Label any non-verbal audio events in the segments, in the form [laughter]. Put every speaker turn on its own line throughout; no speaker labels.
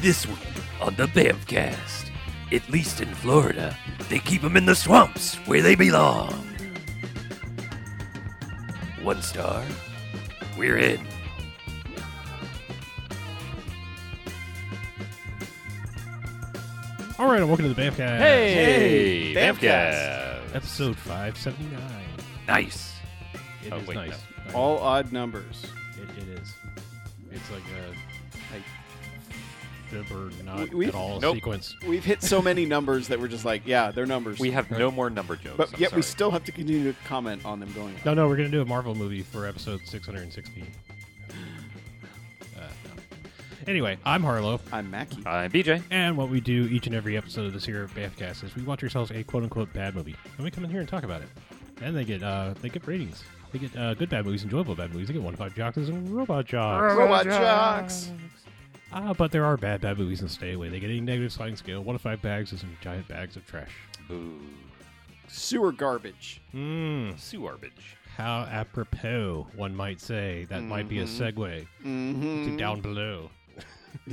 This week on the Bamcast, at least in Florida, they keep them in the swamps where they belong. One star, we're in.
All right, and welcome to the Bamcast.
Hey,
Hey,
Bamcast.
Episode 579.
Nice.
It
Oh,
is
wait,
nice.
All odd numbers.
It, it is. It's like a
Like-
fib or not
We- we-
at all
Nope.
sequence.
We've hit so many numbers that we're just like, yeah, they're numbers.
We have no more number jokes.
but
I'm
yet
sorry.
we still have to continue to comment on them going.
No, no, we're going to do a Marvel movie for episode 616. Uh, no. Anyway, I'm Harlow.
I'm Mackie.
I'm BJ.
And what we do each and every episode of this here of Bamcast is we watch ourselves a quote unquote bad movie, and we come in here and talk about it. And they get uh, they get ratings. They get uh, good bad movies, enjoyable bad movies. They get one five jocks and robot jocks.
Robot jocks.
Ah, but there are bad bad movies and stay away. They get a negative sliding scale. One to five bags is some giant bags of trash.
Ooh,
Sewer garbage.
Mmm.
Sue Arbage.
How apropos, one might say. That might be a
Mm-hmm.
segue to
Mm-hmm.
down below.
[laughs]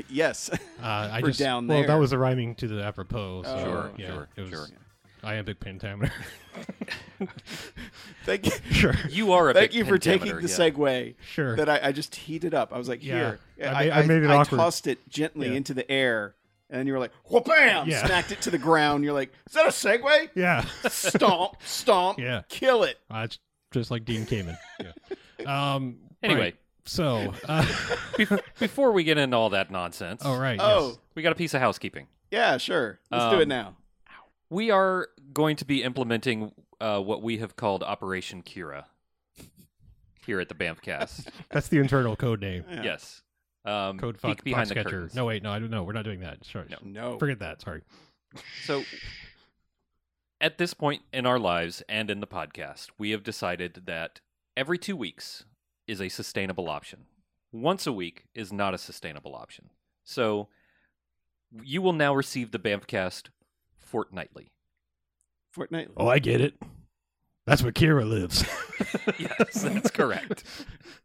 Yes.
Uh, I
We're
just
down
well, that
there.
was the rhyming to the apropos. So,
Sure,
yeah,
Oh, sure,
it was
sure. [laughs]
Iambic pentameter.
thank you,
[laughs] sure.
You are a
[laughs] thank
big
you for taking
pentameter,
the
yeah.
segue.
Sure.
That I, I just heated up. I was like,
Yeah.
here.
I made- I made it awkward.
tossed it gently
Yeah.
into the air, and you were like, whoa, bam!
Yeah.
Smacked it to the ground. You're like, is that
[laughs]
a segue?
Yeah.
stomp, stomp,
Yeah.
kill it.
Uh, it's just like Dean Kamen. yeah. Um.
Anyway,
right. So. Uh, [laughs]
before we get into all that nonsense,
all right.
Oh,
yes.
we got a piece of housekeeping.
yeah, sure. Let's do
Um,
it now.
We are going to be implementing uh, what we have called Operation Kira here at the Bamfcast.
That's the internal code name.
[laughs] Yeah.
Yes. Um,
Code
peek
font,
behind
font
the
sketcher.
curtains.
No, wait. No, I don't know. We're not doing that. Sorry.
No.
No.
Forget that. Sorry.
So, at this point in our lives and in the podcast, we have decided that every two weeks is a sustainable option. Once a week is not a sustainable option. So, you will now receive the Bamfcast
[laughs]
fortnightly.
Fortnite.
Oh, I get it. That's where Kira lives. [laughs]
yes, that's correct.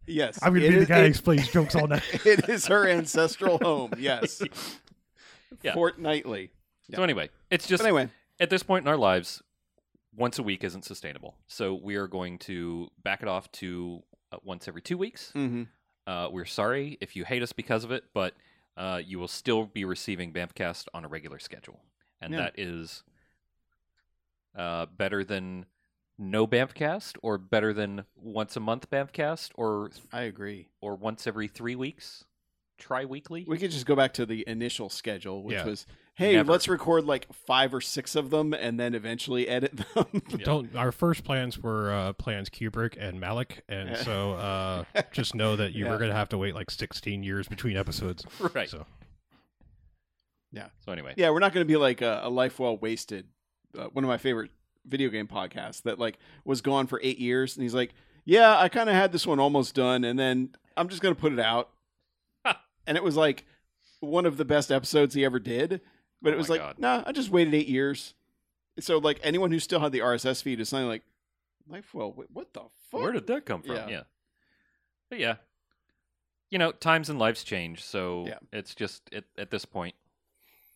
Yes.
I'm gonna
It
be the
is-
guy who
it-
explains jokes all [laughs] night.
[laughs] it is her ancestral home. Yes.
[laughs] Yeah.
Fortnightly.
So, anyway, it's just
But anyway,
at this point in our lives, once a week isn't sustainable. So, we are going to back it off to uh, once every two weeks.
hmm
Uh, we're sorry if you hate us because of it, but uh, you will still be receiving Bamfcast on a regular schedule, and
Yeah.
that is uh, better than no Bamfcast, or better than once a month Bamfcast, or
I agree.
or once every three weeks, tri-weekly.
We could just go back to the initial schedule, which
Yeah.
was, hey,
Never.
let's record like five or six of them and then eventually edit them. [laughs]
Don't. Our first plans were uh, plans Kubrick and Malik, and
Yeah.
so
[laughs]
uh, just know that you
Yeah.
were gonna have to wait like 16 years between episodes.
[laughs] right. So,
So
anyway,
yeah, we're not going to be like a, a life well wasted. Uh, one of my favorite video game podcasts that like was gone for eight years, and he's like, "Yeah, I kind of had this one almost done, and then I'm just going to put it out." and it was like one of the best episodes he ever did, but
Oh
it was
my
like,
God.
"Nah, I just waited eight years." So like anyone who still had the RSS feed is suddenly like, "Life well, wait, what the fuck?
where did that come from?
Yeah.
Yeah. But yeah, you know, times and lives change, so
Yeah.
it's just at, at this point,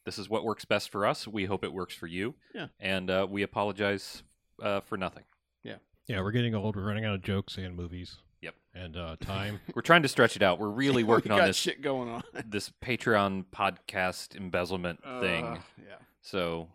this is what works best for us. We hope it works for you.
Yeah.
And uh, we apologize uh, for nothing.
yeah, we're getting old. We're running out of jokes and movies.
Yep.
And uh,
[laughs]
time.
We're trying to stretch it out. We're really
We
working on
got
this
shit going on
this Patreon podcast embezzlement thing.
Uh, yeah,
So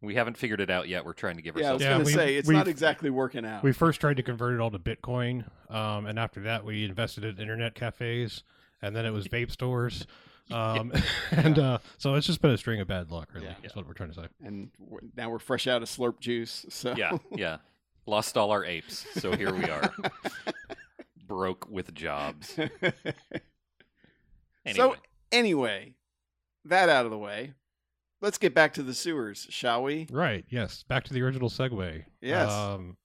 we haven't figured it out yet. We're trying to give
yeah. I was
ourselves.
Yeah,
gonna
we-
say it's
we've-
not exactly working out.
we first tried to convert it all to Bitcoin, um, and after that, we invested in internet cafes, and then it was vape
[laughs]
stores. Um, [laughs] and uh, so it's just been a string of bad luck, really.
Yeah.
That's what we're trying to say.
and we're- now we're fresh out of slurp juice. So
yeah, yeah. Lost all our apes, so here we
[laughs]
are, broke with jobs. Anyway,
So- [laughs] anyway, that out of the way, let's get back to the sewers, shall
[laughs]
we?
Right. Yes. Back to the original segue.
Yes.
Um,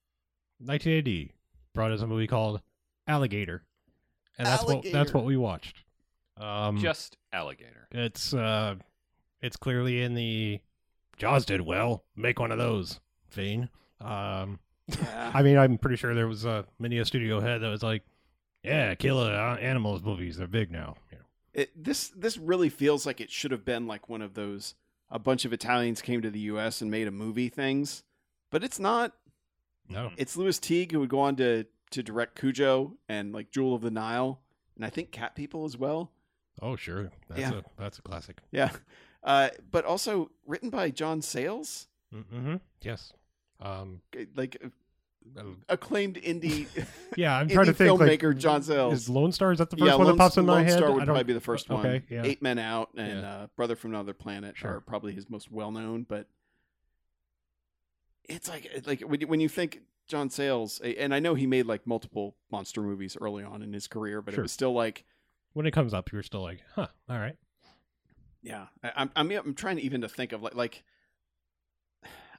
1980 brought us a movie called Alligator, and that's what that's
Alligator.
what we watched. Um,
just alligator.
it's uh, it's clearly in the Jaws did well. Make one of those vein. Um, I mean, I'm pretty sure there was uh, many a studio head that was like, "Yeah, kill uh, animals movies. uh, They're big now." You know.
it, this this really feels like it should have been like one of those a bunch of Italians came to the U.S. and made a movie things, but it's not.
No.
It's Louis Teague who would go on to to direct Cujo and like Jewel of the Nile, and I think Cat People as well.
Oh, sure. That's
Yeah.
a that's a classic.
Yeah, uh, but also written by John Sayles,
Mm-hmm. Yes. Um.
like
uh,
acclaimed indie.
Yeah,
[laughs]
I'm trying to
Indie
think. like,
filmmaker John Sayles.
Is Lone Star is that the first one
Lone-
that pops in my
Lone
head?
Star would
I don't-
probably be the first one.
Okay, yeah.
Eight Men Out and
Yeah.
uh, Brother from Another Planet
Sure.
are probably his most well known. But it's like it's like when you, when you think John Sayles, and I know he made like multiple monster movies early on in his career, but it
Sure.
was still like,
When it comes up, you're still like, huh? All right.
yeah, I, I'm I'm I'm trying to even to think of like like. [sighs]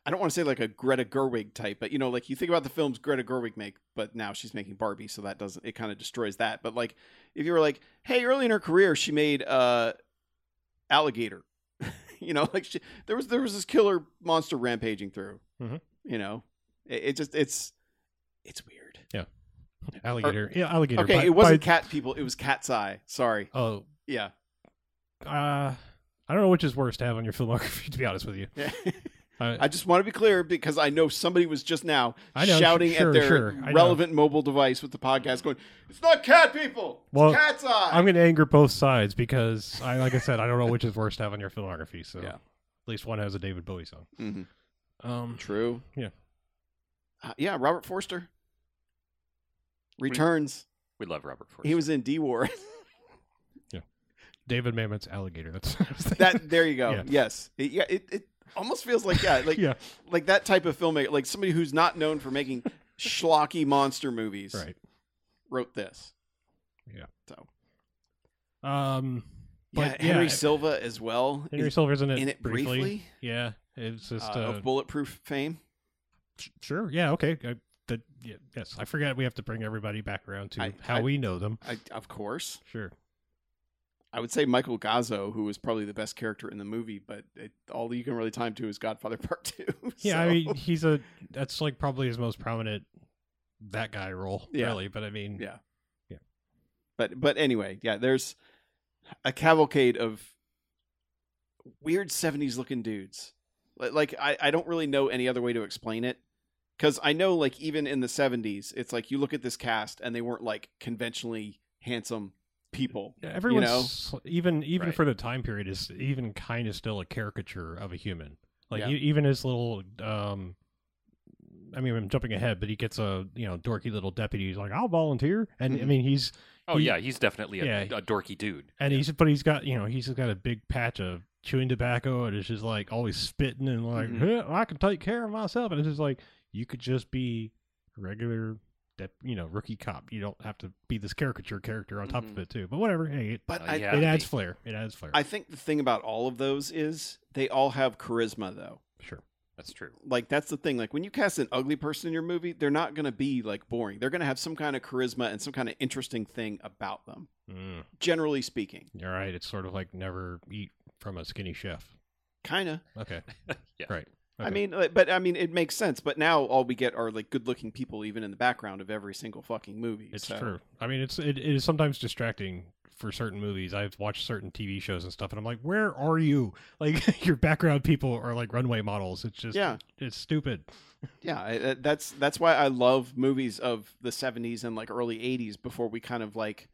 I don't want to say like a Greta Gerwig type, but you know, like you think about the films Greta Gerwig make, but now she's making Barbie, so that doesn't it kind of destroys that. But like, if you were like, hey, early in her career, she made uh, Alligator, [laughs] you know, like she, there was there was this killer monster rampaging through,
Mhm.
you know, it, it just it's it's weird.
Alligator. yeah, alligator.
Okay,
by-
it wasn't
by-
cat people, it was cat's eye. Sorry,
oh,
yeah, [laughs]
uh, I don't know which is worse to have on your filmography. To be honest with you,
yeah.
I,
I just want to be clear because I know somebody was just now
I know,
shouting
sure,
at their
sure, I know.
relevant mobile device with the podcast going, It's not cat people, it's
Well,
cat's eye.
I'm going to anger both sides because I, like I said, I don't know which is worse to have on your filmography. So
Yeah.
at least one has a David Bowie song.
Mhm.
Um,
True.
Yeah.
Uh, yeah, Robert Forster returns.
We love Robert Forster.
He was in D War.
David Mamet's alligator. That's what I was thinking.
[laughs] that there you
[laughs]
go.
Yeah.
Yes. It, yeah, it, it almost feels like yeah,
[laughs]
like
yeah,
like that type of filmmaker, like somebody who's not known for making schlocky monster movies
right.
wrote this.
Um, but
yeah, Henry Silva as well.
Henry
is
Silver's in it,
in it briefly,
Yeah, it's
uh,
just uh,
of bulletproof fame.
sure. Yeah, okay. I, the, yeah, yes, I forgot we have to bring everybody back around to
I-
how
I-
we know them.
I, of course.
Sure.
I would say Michael Gazzo, who was probably the best character in the movie, but it, all you can really time to is Godfather [laughs] Part Two.
[laughs] Yeah,
so-
I
[laughs]
mean, he's a that's like probably his most prominent that guy role,
Yeah.
really. But I mean,
Yeah.
Yeah.
but but anyway, yeah, there's a cavalcade of weird '70s looking dudes. Li- Like I, I don't really know any other way to explain it, because I know like even in the '70s, it's like you look at this cast and they weren't like conventionally handsome people.
Yeah, everyone's
know?
sl- even even
Right.
for the time period is even kind of still a caricature of a human. Like
Yeah.
e- even his little, um, I mean, I'm jumping ahead, but he gets a you know dorky little deputy. He's like, I'll volunteer, and I
Mhm.
mean, he's
oh
he-
yeah, he's definitely a,
Yeah.
a dorky dude.
and he's but he's got you know he's got a big patch of chewing tobacco, and it's just like always spitting and like
Mhm.
"Huh, I can take care of myself, and it's just like you could just be a regular. Dep- you know, rookie cop. You don't have to be this caricature character on top of
Mhm.
it too. But whatever, hey, it,
But
Uh,
I,
yeah.
it adds
they-
flair. It adds flair.
I think the thing about all of those is they all have charisma though.
sure.
That's true.
like that's the thing like when you cast an ugly person in your movie they're not going to be like boring they're going to have some kind of charisma and some kind of interesting thing about them
Mm.
generally speaking
All right, it's sort of like never eat from a skinny chef.
kind of
Okay.
Yeah.
Right.
i
Okay.
mean like, but i mean it makes sense but now all we get are like good looking people even in the background of every single fucking movie
It's
so-
true. I mean, it's it, it is sometimes distracting for certain movies. I've watched certain TV shows and stuff, and I'm like, where are you? [laughs] Like your background people are like runway models. It's just
yeah
it's stupid.
yeah I- I- that's that's why i love movies of the 70s and like early 80s before we kind of like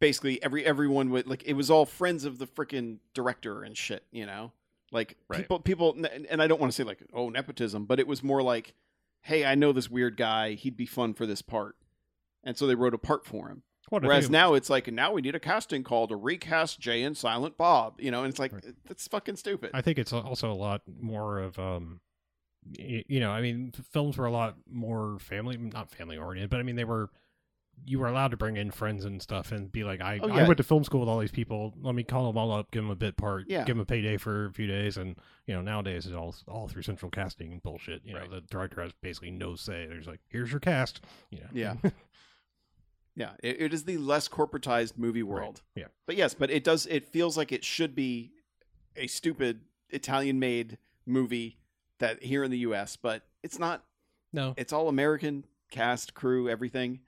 basically every everyone would like it was all friends of the freaking director and shit you know like
Right.
people people and and i don't want to say like oh nepotism but it was more like hey i know this weird guy he'd be fun for this part and so they wrote a part for him
What
whereas now it's like now we need a casting call to recast jay and silent bob you know and it's like
Right.
that's fucking stupid
I think it's also a lot more of um y- you know, I mean, f- films were a lot more family not family oriented, but I mean they were you were allowed to bring in friends and stuff and be like, I,
Oh,
I
yeah.
went to film school with all these people. Let me call them all up, give them a bit part,
Yeah.
give them a payday for a few days, and you know nowadays it's all all through central casting and bullshit. You
Right.
know the director has basically no say. There's like, here's your cast. You know. [laughs]
Yeah. Yeah, it, it is the less corporatized movie world.
yeah.
But yes, but it does it feels like it should be a stupid Italian made movie that here in the US, but it's not
no.
it's all American cast, crew, everything.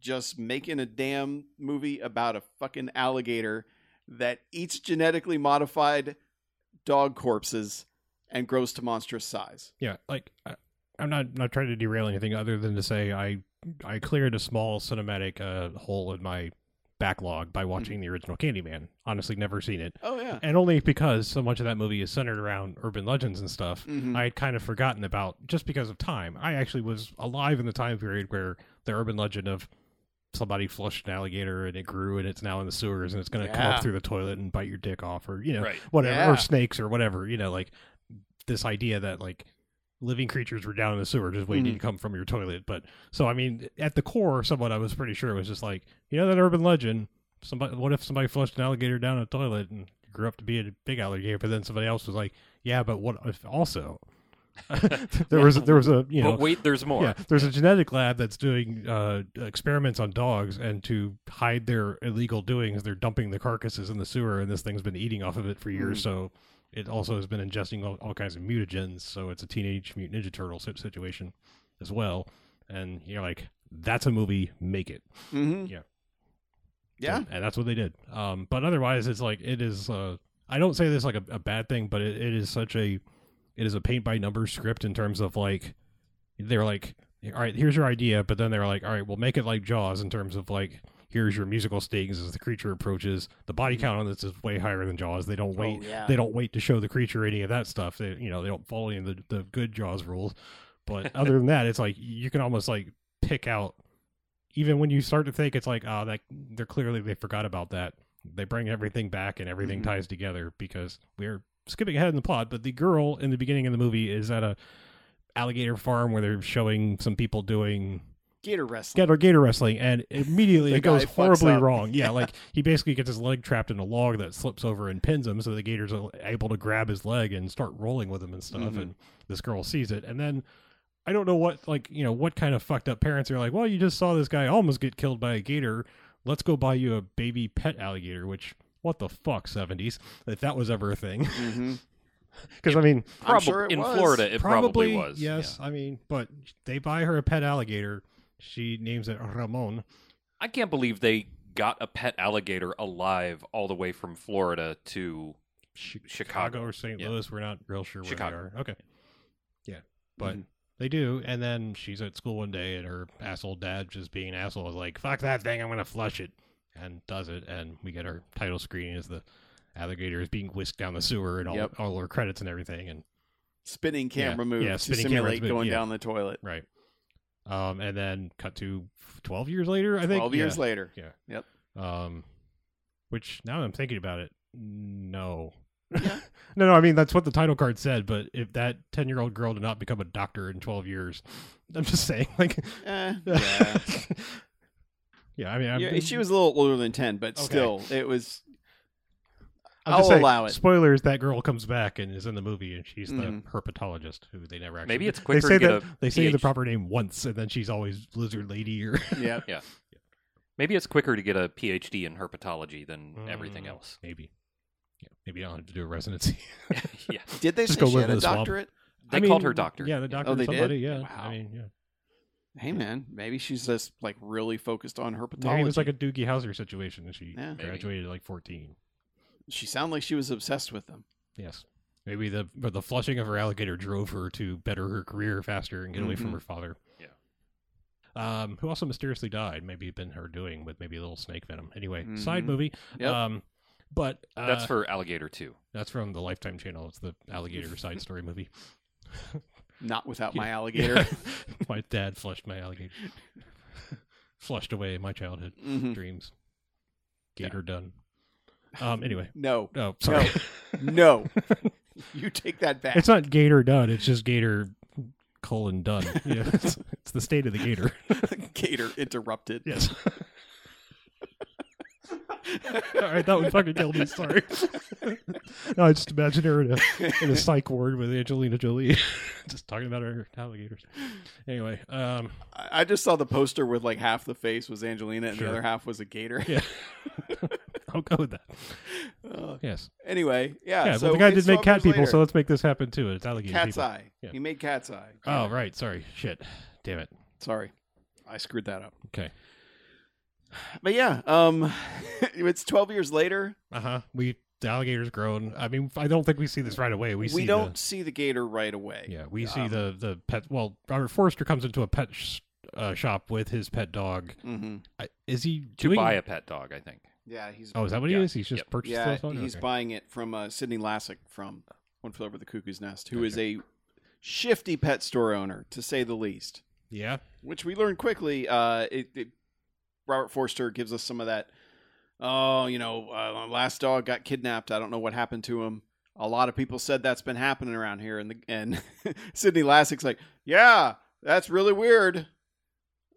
just making a damn movie about a fucking alligator that eats genetically modified dog corpses and grows to monstrous size.
Yeah, like I, I'm not not trying to derail anything other than to say I I cleared a small cinematic uh, hole in my backlog by watching the original Candyman. Honestly, never seen it,
Oh Mm-hmm. yeah.
and only because so much of that movie is centered around urban legends and stuff.
Mhm.
I had kind of forgotten about just because of time. I actually was alive in the time period where the urban legend of somebody flushed an alligator and it grew and it's now in the sewers and it's going to come
Yeah.
up through the toilet and bite your dick off or you know
Right.
whatever
Yeah.
or snakes or whatever you know like this idea that like living creatures were down in the sewer just waiting
Mhm.
Mm-hmm.
to come from your toilet but so i mean at the core somewhat i was pretty sure it was just like you know that urban legend somebody what if somebody flushed an alligator down a toilet and grew up to be a big alligator but then somebody else was like yeah but what if also [laughs]
[laughs]
there was there was a you know
but wait, there's more.
yeah, there's a genetic lab that's doing uh, experiments on dogs, and to hide their illegal doings, they're dumping the carcasses in the sewer, and this thing's been eating off of it for years.
Mhm.
So it also has been ingesting all, all kinds of mutagens. So it's a teenage mutant ninja turtle si- situation as well. And you're like, that's a movie. Make it.
Mm-hmm.
Yeah.
Yeah.
So- and that's what they did. Um, but otherwise, it's like it is. Uh, I don't say this like a, a bad thing, but it, it is such a it is a paint by numbers script in terms of like they're like, all right, here's your idea, but then they're like, all right, we'll make it like Jaws in terms of like here's your musical stings as the creature approaches. The body count on this is way higher than Jaws. They don't wait.
Oh, yeah.
They don't wait to show the creature any of that stuff. They you know they don't follow any of the, the good Jaws rules. But other than that, it's like you can almost like pick out even when you start to think it's like oh that they're clearly they forgot about that they bring everything back and everything
Mhm.
ties together because we're skipping ahead in the plot but the girl in the beginning of the movie is at a alligator farm where they're showing some people doing
Gator wrestling.
gator gator wrestling and immediately
The
it goes
guy fucks
horribly
up.
wrong yeah like he basically gets his leg trapped in a log that slips over and pins him so the gator's able to grab his leg and start rolling with him and stuff
Mhm.
and this girl sees it and then i don't know what like you know what kind of fucked up parents are like well you just saw this guy almost get killed by a gator let's go buy you a baby pet alligator which what the fuck 70s if that was ever a thing [laughs]
[laughs] Mm-hmm.
because i mean
I'm
Probab-
sure it
in
was.
Florida, it probably, was.
yes
yeah.
i mean but they buy her a pet alligator she names it ramon
I can't believe they got a pet alligator alive all the way from Florida to
Chi-
Chicago.
or St.
Yeah.
Louis. We're not real sure where
Chicago.
they are. Okay. Yeah. But they do. And then she's at school one day and her asshole dad, just being an asshole, is like, fuck that thing. I'm going to flush it. And does it. And we get our title screen as the alligator is being whisked down the sewer and all,
Yep.
all her credits and everything. And
spinning camera
Yeah,
moves
yeah, spinning
to
camera
simulate
move,
going
yeah.
down the toilet.
right. Um, and then cut to 12 years later, I think.
Twelve years later.
Yeah.
Yep.
Um, which now that I'm thinking about it, no.
Yeah.
[laughs] no, no, I mean, that's what the title card said, but if that 10 year old girl did not become a doctor in 12 years, [laughs] I'm just saying, like, [laughs]
Eh,
yeah,
yeah.
I mean, I'm,
Yeah, she was a little older than ten, but
Okay.
still, it was.
I'm just
I'll
saying,
allow it.
Spoilers that girl comes back and is in the movie, and she's
Mhm.
the herpetologist who they never actually
Maybe
[laughs]
it's
they
quicker
say
to get
that
a
they say the
PhD.
proper name once, and then she's always Lizard Lady or [laughs]
[laughs] Yeah.
Maybe it's quicker to get a PhD in herpetology than everything
Mm.
else. [laughs]
maybe. Yeah, maybe I'll have to do a residency.
yeah.
Did they
Just
say
go
she
live
had
in
a
the swamp.
doctorate?
They
[laughs] I
called
mean,
her doctor.
Yeah, the doctor.
Oh, they did?
somebody, Yeah,
Wow.
I mean, yeah.
Hey man, maybe she's just like really focused on herpetology.
Maybe it was like a Doogie Howser situation, and she
Yeah.
Maybe.
graduated at like fourteen.
she sounded like she was obsessed with them.
Yes, maybe the but the flushing of her alligator drove her to better her career faster and get away
Mhm.
from her father.
Yeah.
Um, who also mysteriously died. Maybe it'd been her doing with maybe a little snake venom. Anyway, side
Mhm.
movie.
Yep.
Um, but uh,
That's for alligator too.
that's from the Lifetime channel. It's the
[laughs]
alligator side story movie.
Not
[laughs]
without
yeah.
my alligator.
my dad flushed my
[laughs]
alligator. flushed away my childhood
Mhm.
dreams. Gator done. Um. Anyway. [laughs]
No,
Oh, sorry. [laughs]
no, you take that back.
It's not Gator Dud. It's just Gator colon
[laughs]
Dud. Yeah, it's, it's the state of the Gator.
Gator interrupted.
Yes.
[laughs]
All right, that one fucking killed me. Sorry. [laughs] no, I just imagine her in a, in a psych ward with Angelina Jolie, [laughs] just talking about her alligators. Anyway, um,
I I just saw the poster with like half the face was Angelina and
Sure.
the other half was a gator. [laughs]
yeah, I'll go with that.
Uh,
Yes.
anyway, yeah.
Yeah.
so
well, the guy
it's
did make
12
cat
years
people,
later.
so let's make this happen too. It's alligator
cat's
people.
eye.
Yeah. Uh,
He made cat's eye.
Oh, right. Sorry. Shit. Damn it.
Sorry, I screwed that up.
Okay.
But yeah, um, [laughs] it's 12 years later.
Uh huh. We the alligator's grown. I mean, I don't think we see this right away. We
We,
see the-
don't see the gator right away.
yeah, we see
um,
the the pet. Well, Robert Forrester comes into a pet sh- uh, shop with his pet dog.
Mm-hmm.
I, is he
to
doing-
buy a pet dog. I think.
Yeah, he's
Oh, is that what he
Yeah,
is? He's just
yep.
purchased
yeah,
the dog?
he's
Okay.
buying it from uh, Sidney Lassick from One Flew Over the Cuckoo's Nest, who
Gotcha.
is a shifty pet store owner, to say the least.
Yeah.
Which we learned quickly. Uh, it, it, Robert Forster gives us some of that. Oh, you know, uh, my last dog got kidnapped. I don't know what happened to him. A lot of people said that's been happening around here, and the, and [laughs] Sidney Lassick's like, yeah, that's really weird.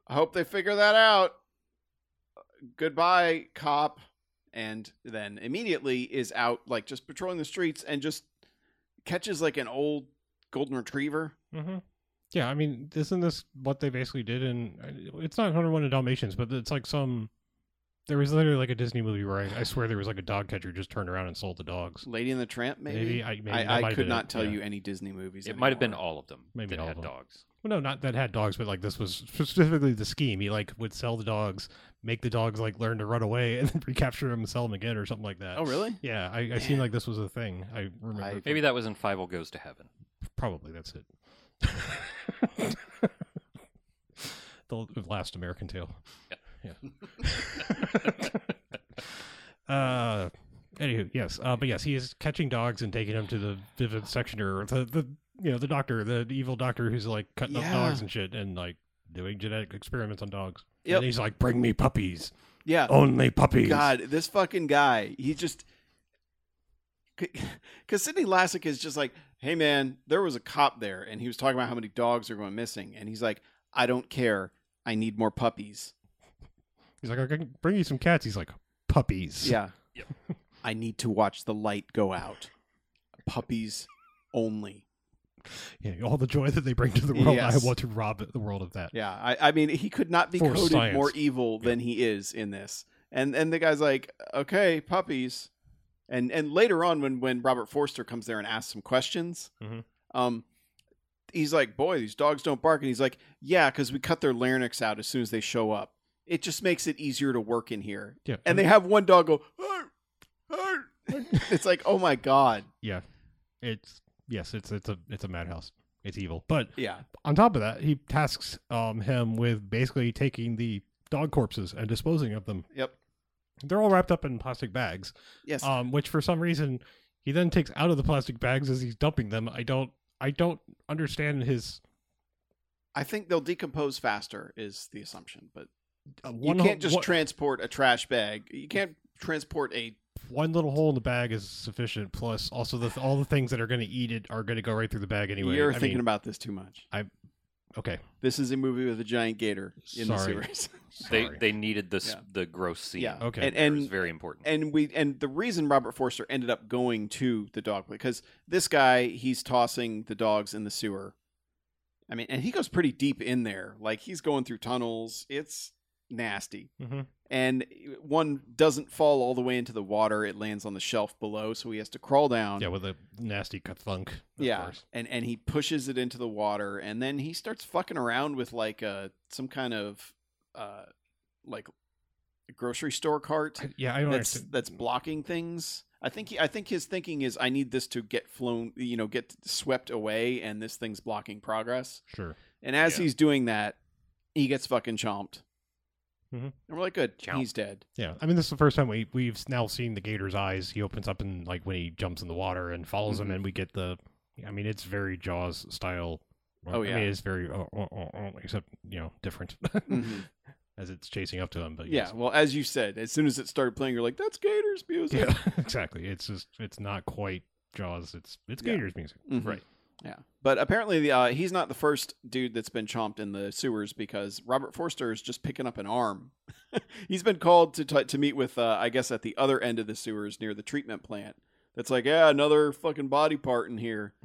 I hope they figure that out. Goodbye, cop. And then immediately is out, like just patrolling the streets and just catches like an old golden retriever.
Mm-hmm. Yeah, I mean, isn't this what they basically did? And it's not 101 Dalmatians, but it's like some. There was literally like a Disney movie where I, I swear there was like a dog catcher just turned around and sold the dogs.
Lady and the Tramp,
Maybe, I, maybe that
I,
might
I
have
could
been
not
it,
tell
yeah.
you any Disney movies.
It might have been
anymore.
all of them
Maybe
that
all
had
of them.
dogs.
Well, no, not that had dogs, but like this was specifically the scheme. He like would sell the dogs, make the dogs like learn to run away, [laughs] and then recapture them and sell them again or something like that.
Oh, really?
Yeah, I, I seemed like this was a thing. I remember.
I-
from-
Maybe that was in Five O Goes to Heaven.
probably that's it. the last American Tale. Yeah. uh, anywho, yes, uh, but yes, he is catching dogs and taking them to the vivisectioner, or the the you know the doctor, the evil doctor who's like cutting up
Yeah.
dogs and shit, and like doing genetic experiments on dogs. Yeah,
Yep.
And he's like, "Bring me puppies,
Yeah.
only puppies."
God, this fucking guy. He just [laughs] because Sidney Lassick is just like, hey man, there was a cop there, and he was talking about how many dogs are going missing, and he's like, I don't care. I need more [laughs] puppies.
He's like, "I can bring you some cats." He's like, "Puppies."
Yeah.
Yep.
I need to watch the light go out. Puppies only.
Yeah, all the joy that they bring to the world.
Yes.
I want to rob the world of that.
Yeah, I, I mean, he could not be
For
coded
science.
more evil than he is in this. And and the guy's like, okay, puppies. And and later on, when when Robert Forster comes there and asks some questions,
Mhm.
um, he's like, boy, these dogs don't bark. And he's like, yeah, because we cut their larynx out as soon as they show up. It just makes it easier to work in here.
Yeah.
And they have one dog go. "Arr, arr." [laughs] it's like, oh my god,
Yeah, it's yes, it's it's a it's a madhouse. It's evil. But
yeah,
on top of that, he tasks um him with basically taking the dog corpses and disposing of them.
yep,
They're all wrapped up in plastic bags,
yes.
um, which for some reason he then takes out of the plastic bags as he's dumping them. I don't I don't understand his.
I think they'll decompose faster is the assumption, but
Uh,
You
one
can't just
one,
transport a trash bag. You can't transport a.
one little hole in the bag is sufficient. Plus, also the all the things that are going to eat it are going to go right through the bag anyway.
You're
I
thinking
mean,
about this too much.
okay.
This is a movie with a giant gator in the
Sorry.
series, [laughs]
They
Sorry.
they needed this
Yeah.
the gross scene.
Yeah.
Okay.
and,
And-
and
and-
very important.
and we and the reason Robert Forster ended up going to the dog because this guy he's tossing the dogs in the sewer. I mean, and he goes pretty deep in there. Like he's going through tunnels. It's nasty.
Mhm.
And one doesn't fall all the way into the water. It lands on the shelf below, so he has to crawl down.
um,
Yeah, with a nasty cut thunk.
yeah and and he pushes it into the water and then he starts fucking around with like uh some kind of uh like grocery store cart
Yeah, I don't
that's
understand.
that's blocking things i think he, i think his thinking is i need this to get flown you know get swept away and this thing's blocking progress
Sure.
and as
Yeah.
he's doing that he gets fucking chomped
Mhm.
and we're like good
Chomp.
he's
[laughs]
dead
Yeah, I mean, this is the first time we we've now seen the gator's eyes. He opens up and like when he jumps in the water and follows him,
Mhm.
and we get the. I mean, it's very Jaws style.
Oh,
I
yeah.
mean, it's very uh, uh, uh, uh, except you know different [laughs]
Mhm.
as it's chasing up to him. But
yeah [laughs]
yes.
well as you said as soon as it started playing you're like that's gators music
yeah, [laughs] exactly. It's just it's not quite Jaws. It's it's
Yeah.
gator's music.
Mhm.
Right.
Yeah. But apparently, the, uh, he's not the first dude that's been chomped in the sewers because Robert Forster is just picking up an arm. [laughs] he's been called to t- to meet with, uh, I guess, at the other end of the sewers near the treatment plant. That's like, yeah, another fucking body part in here.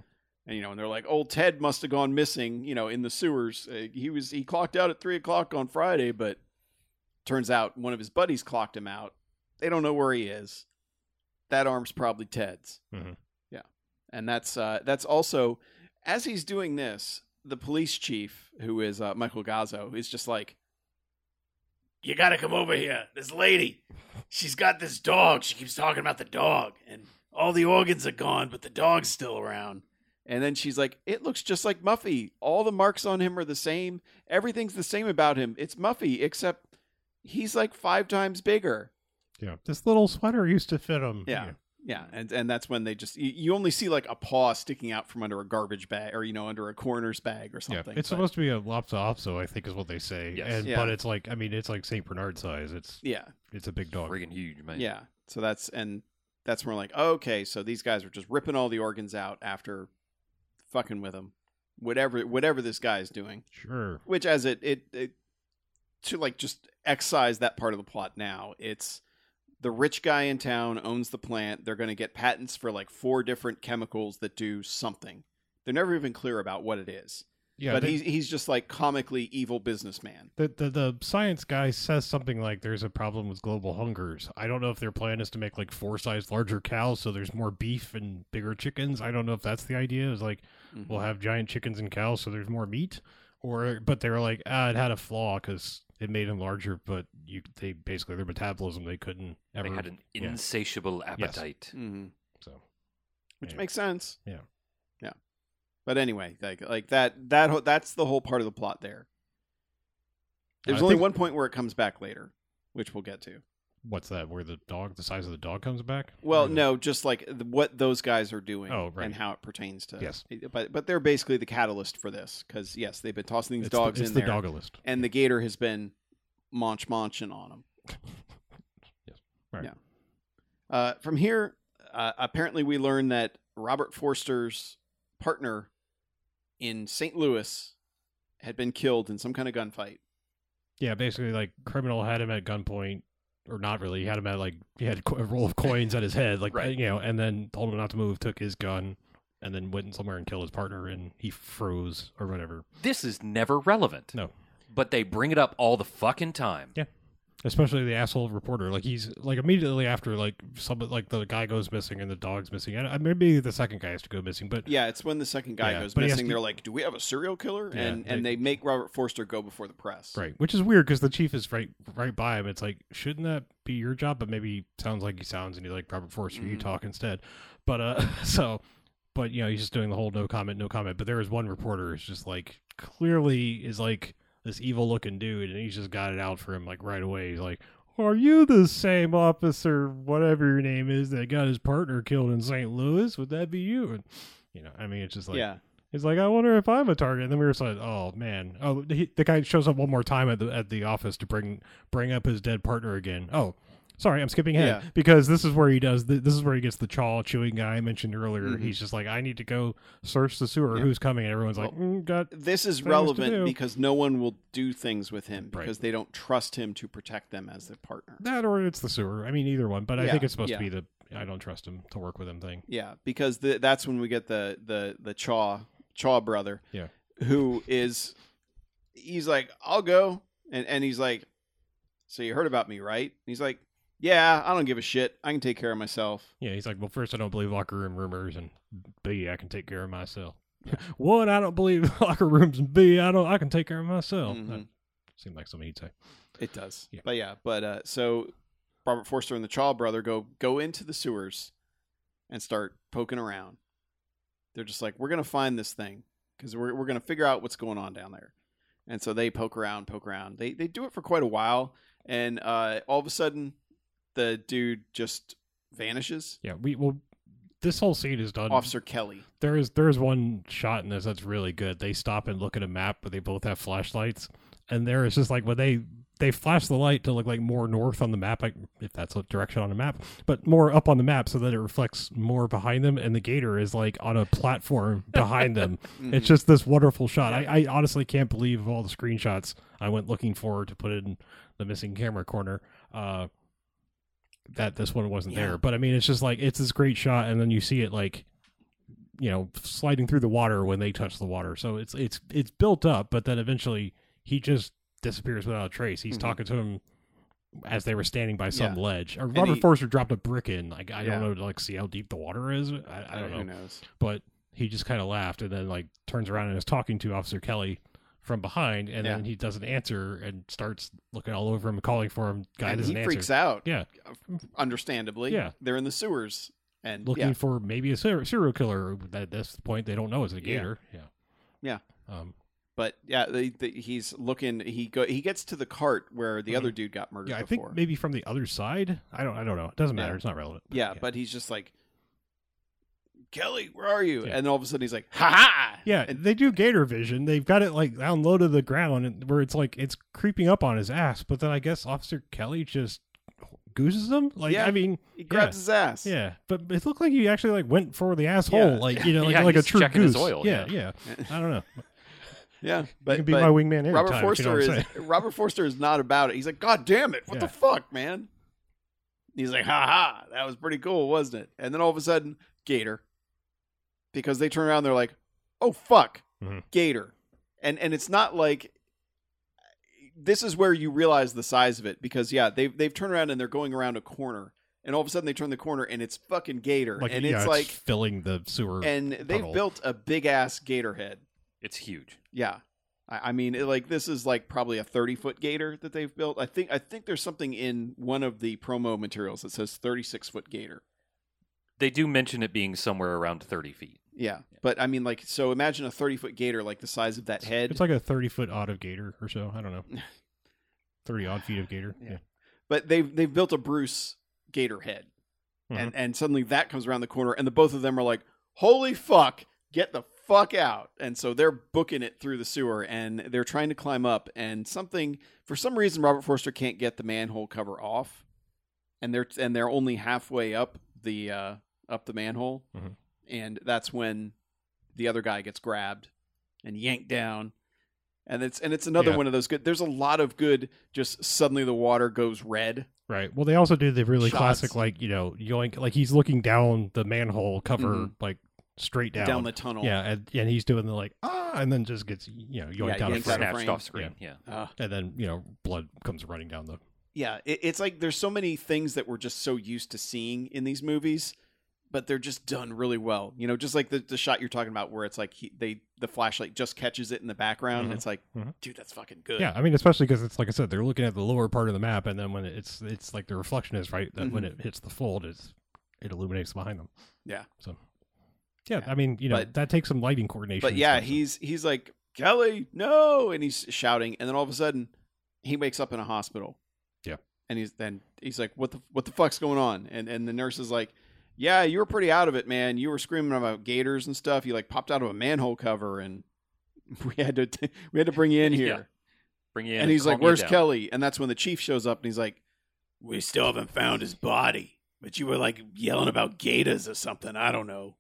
And you know, and they're like, old Ted must have gone missing. You know, in the sewers, uh, he was he clocked out at three o'clock on Friday, but turns out one of his buddies clocked him out. They don't know where he is. That arm's probably Ted's.
Mhm.
Yeah, and that's uh, that's also as he's doing this, the police chief, who is uh, Michael Gazzo, is just like,
you gotta come over here. This lady, she's got this dog. She keeps talking about the dog, and all the organs are gone, but the dog's still around.
And then she's like, it looks just like Muffy. All the marks on him are the same. Everything's the same about him. It's Muffy, except he's like five times bigger.
Yeah, this little sweater used to fit him.
Yeah. Yeah. And and that's when they just, you, you only see like a paw sticking out from under a garbage bag or, you know, under a coroner's bag or
Yeah,
something.
it's
But-
supposed to be a lopsopso, I think is what they say.
Yes.
And
Yeah.
but it's like I mean it's like Saint Bernard size. It's
Yeah.
it's a big dog.
Friggin' huge, man.
Yeah. So that's, and that's when we're like, oh, okay, so these guys are just ripping all the organs out after fucking with him. Whatever, whatever this guy's doing.
Sure.
which as it, it it to like just excise that part of the plot now it's the rich guy in town owns the plant they're going to get patents for like four different chemicals that do something they're never even clear about what it is
Yeah,
but
they-
he's he's just like comically evil businessman
the, the the science guy says something like there's a problem with global hungers. I don't know if their plan is to make like four size larger cows so there's more beef and bigger chickens. I don't know if that's the idea. It's like we'll have giant chickens and cows so there's more meat or but they were like ah, it had a flaw cuz it made them larger but you they basically their metabolism they couldn't ever
They had an
yeah.
insatiable appetite.
mm-hmm.
so
which
Yeah.
makes sense.
Yeah.
yeah. But anyway, like like that that ho- that's the whole part of the plot there. There's
I
only
think-
one point where it comes back later, which we'll get to.
what's that where the dog the size of the dog comes back?
Well,
Or the-
no, just like th- what those guys are doing
Hmm. Oh, right.
and how it pertains to.
Yes.
but but they're basically the catalyst for this because yes, they've been tossing these
it's
dogs
the, it's
in
the
there,
doggo list.
and the gator has been munch munching on them.
[laughs] Yes. Right.
Yeah. Uh, from here, uh, apparently we learn that Robert Forster's partner in St. Louis had been killed in some kind of gunfight.
Yeah, basically, like criminal had him at gunpoint, or not really. He had him at like he had co- a roll of coins at his head, like
Right.
you know, and then told him not to move, took his gun, and then went somewhere and killed his partner, and he froze or whatever.
This is never relevant.
No.
But they bring it up all the fucking time.
Yeah. Especially the asshole reporter, like he's like immediately after, like some like the guy goes missing and the dog's missing, and uh, maybe the second guy has to go missing, but
Yeah, it's when the second guy
Yeah,
goes
but he has
missing.
to-
They're like, "Do we have a serial killer?"
Yeah,
and and
they-
they make Robert Forster go before the press.
right, which is weird because the chief is right right by him. It's like shouldn't that be your job? But maybe sounds like he sounds, and he's like Robert Forster, you
Mhm.
talk instead. But uh, [laughs] so but you know he's just doing the whole no comment no comment but there is one reporter who's just like clearly is like this evil looking dude and he's just got it out for him like right away he's like are you the same officer whatever your name is that got his partner killed in st louis would that be you and you know i mean it's just like
yeah.
he's like i wonder if i'm a target and then we were just like oh man oh he, the guy shows up one more time at the at the office to bring bring up his dead partner again oh Sorry, I'm skipping ahead
Yeah.
because this is where he does. th- This is where he gets the chaw chewing guy I mentioned earlier.
Mhm.
He's just like, I need to go search the sewer.
Yeah.
Who's coming? And everyone's like,
Well,
mm, God.
This is
Things to do.
relevant because no one will do things with him
Right.
because they don't trust him to protect them as their partner.
That or it's the sewer. I mean, either one. But I
Yeah,
think it's supposed
yeah.
to be the I don't trust him to work with him thing.
Yeah, because the, that's when we get the the the Chaw Chaw brother.
Yeah.
who is he's like, I'll go, and and he's like, so you heard about me, right? And he's like, yeah, I don't give a shit. I can take care of myself.
Yeah, he's like, well, first I don't believe locker room rumors, and B I can take care of myself. [laughs] one, I don't believe [laughs] locker rooms, and B I don't I can take care of myself. That
Mhm.
seemed like something he'd say.
It does,
Yeah.
but yeah, but uh, so Robert Forster and the Chaw brother go go into the sewers and start poking around. They're just like, we're gonna find this thing because we're we're gonna figure out what's going on down there. And so they poke around, poke around. They they do it for quite a while, and uh, all of a sudden, the dude just vanishes.
Yeah, we well, this whole scene is done.
Officer Kelly.
There is there is one shot in this that's really good. They stop and look at a map, but they both have flashlights, and there is just like when they they flash the light to look like more north on the map, like if that's a direction on a map, but more up on the map so that it reflects more behind them, and the gator is like on a platform behind them.
Mm-hmm.
It's just this wonderful shot. I, I honestly can't believe of all the screenshots I went looking for to put in the missing camera corner. Uh, that this one wasn't
Yeah.
there, but I mean, it's just like it's this great shot, and then you see it like you know sliding through the water when they touch the water so it's it's it's built up but then eventually he just disappears without a trace he's
Mhm.
talking to him as they were standing by some
Yeah.
ledge or robert
he-
forster dropped a brick in like i
Yeah.
don't know to like see how deep the water is i, I don't know
Who knows?
but he just kind of laughed and then like turns around and is talking to officer kelly from behind, and
Yeah.
then he doesn't answer and starts looking all over him, calling for him. Guy
and
doesn't
he
answer.
freaks out.
Yeah.
Understandably.
Yeah.
They're in the sewers. And
looking
yeah,
for maybe a ser- serial killer. That that's the point. They don't know it's a
Yeah.
gator. Yeah.
Yeah.
Um,
but yeah, they, they, he's looking. He go. He gets to the cart where the
Mhm.
other dude got murdered
yeah, I think
before.
maybe from the other side. I don't. I don't know. It doesn't matter.
Yeah.
It's not relevant.
yeah, but he's just like, Kelly, where are you?
Yeah.
And all of a sudden he's like, ha ha.
yeah,
And
they do gator vision. They've got it like down low to the ground, and where it's like it's creeping up on his ass. But then I guess Officer Kelly just gooses him. Like
Yeah.
I mean,
he grabs his ass. [laughs]
yeah. But it looked like he actually like went for the asshole.
Yeah. [laughs]
Like you know, like,
Yeah,
like a
he's
true
checking his
goose.
oil,
Yeah, yeah.
yeah.
I don't know.
Yeah.
But,
But,
can be
but
my wingman every
Robert
time, if you know
Forster
what I'm
is
saying. [laughs]
[laughs] Robert Forster is not about it. He's like, God damn it, what
Yeah.
the fuck, man? He's like, ha ha, that was pretty cool, wasn't it? And then all of a sudden, Gator, because they turn around, they're like, oh fuck,
Mhm.
Gator, and and it's not like this is where you realize the size of it because yeah, they've they've turned around and they're going around a corner, and all of a sudden they turn the corner and it's fucking Gator,
Like
and
yeah,
it's like,
filling the sewer.
and they've
puddle.
built a big ass Gator head.
It's huge.
Yeah. I, I mean, it, like this is like probably a 30 foot gator that they've built. I think I think there's something in one of the promo materials that says 36 foot gator.
They do mention it being somewhere around 30 feet.
Yeah. But I mean, like, so imagine a 30 foot gator, like the size of that head.
It's like a thirty foot odd of gator or so. I don't
[laughs]
know. Thirty odd feet of gator.
Yeah.
Yeah.
but they've they've built a Bruce gator head,
Mhm.
and and suddenly that comes around the corner, and the both of them are like, "Holy fuck, get the fuck out!" And so they're booking it through the sewer, and they're trying to climb up, and something for some reason Robert Forster can't get the manhole cover off, and they're and they're only halfway up the uh, up the manhole,
Mhm.
and that's when the other guy gets grabbed and yanked down. And it's and it's another
Yeah.
one of those good. There's a lot of good. Just suddenly the water goes red.
Right. Well, they also do the really
Shots.
classic, like you know, yoink. Like he's looking down the manhole cover, like straight down.
Mm-hmm. down the tunnel.
yeah, and, and he's doing the like ah, and then just gets you know yoinked out
Yeah,
of
yanked
frame.
out of
Snatched
frame.
off screen. Yeah.
Uh,
and then you know blood comes running down the.
yeah. It, it's like there's so many things that we're just so used to seeing in these movies, but they're just done really well. You know, just like the, the shot you're talking about where it's like he, they the flashlight just catches it in the background.
Mhm.
It's like,
Mhm.
dude, that's fucking good.
Yeah, I mean, especially because it's like I said, they're looking at the lower part of the map, and then when it's it's like the reflection is right that when it hits the fold, it's it illuminates behind them.
Mm-hmm. Yeah.
So. Yeah, I mean, you know,
But-
that takes some lighting coordination.
But
and
yeah,
stuff, so-
he's he's like Kelly, no, and he's shouting, and then all of a sudden he wakes up in a hospital.
Yeah.
and he's then he's like, what the what the fuck's going on? And and the nurse is like, yeah, you were pretty out of it, man. You were screaming about gators and stuff. You like popped out of a manhole cover, and [laughs] we had to we had to bring you in here.
Yeah. Bring you in.
and he's like,
calm you
where's
down.
Kelly? And that's when the chief shows up, and he's like,
We still haven't found his body, but you were like yelling about gators or something. I don't know.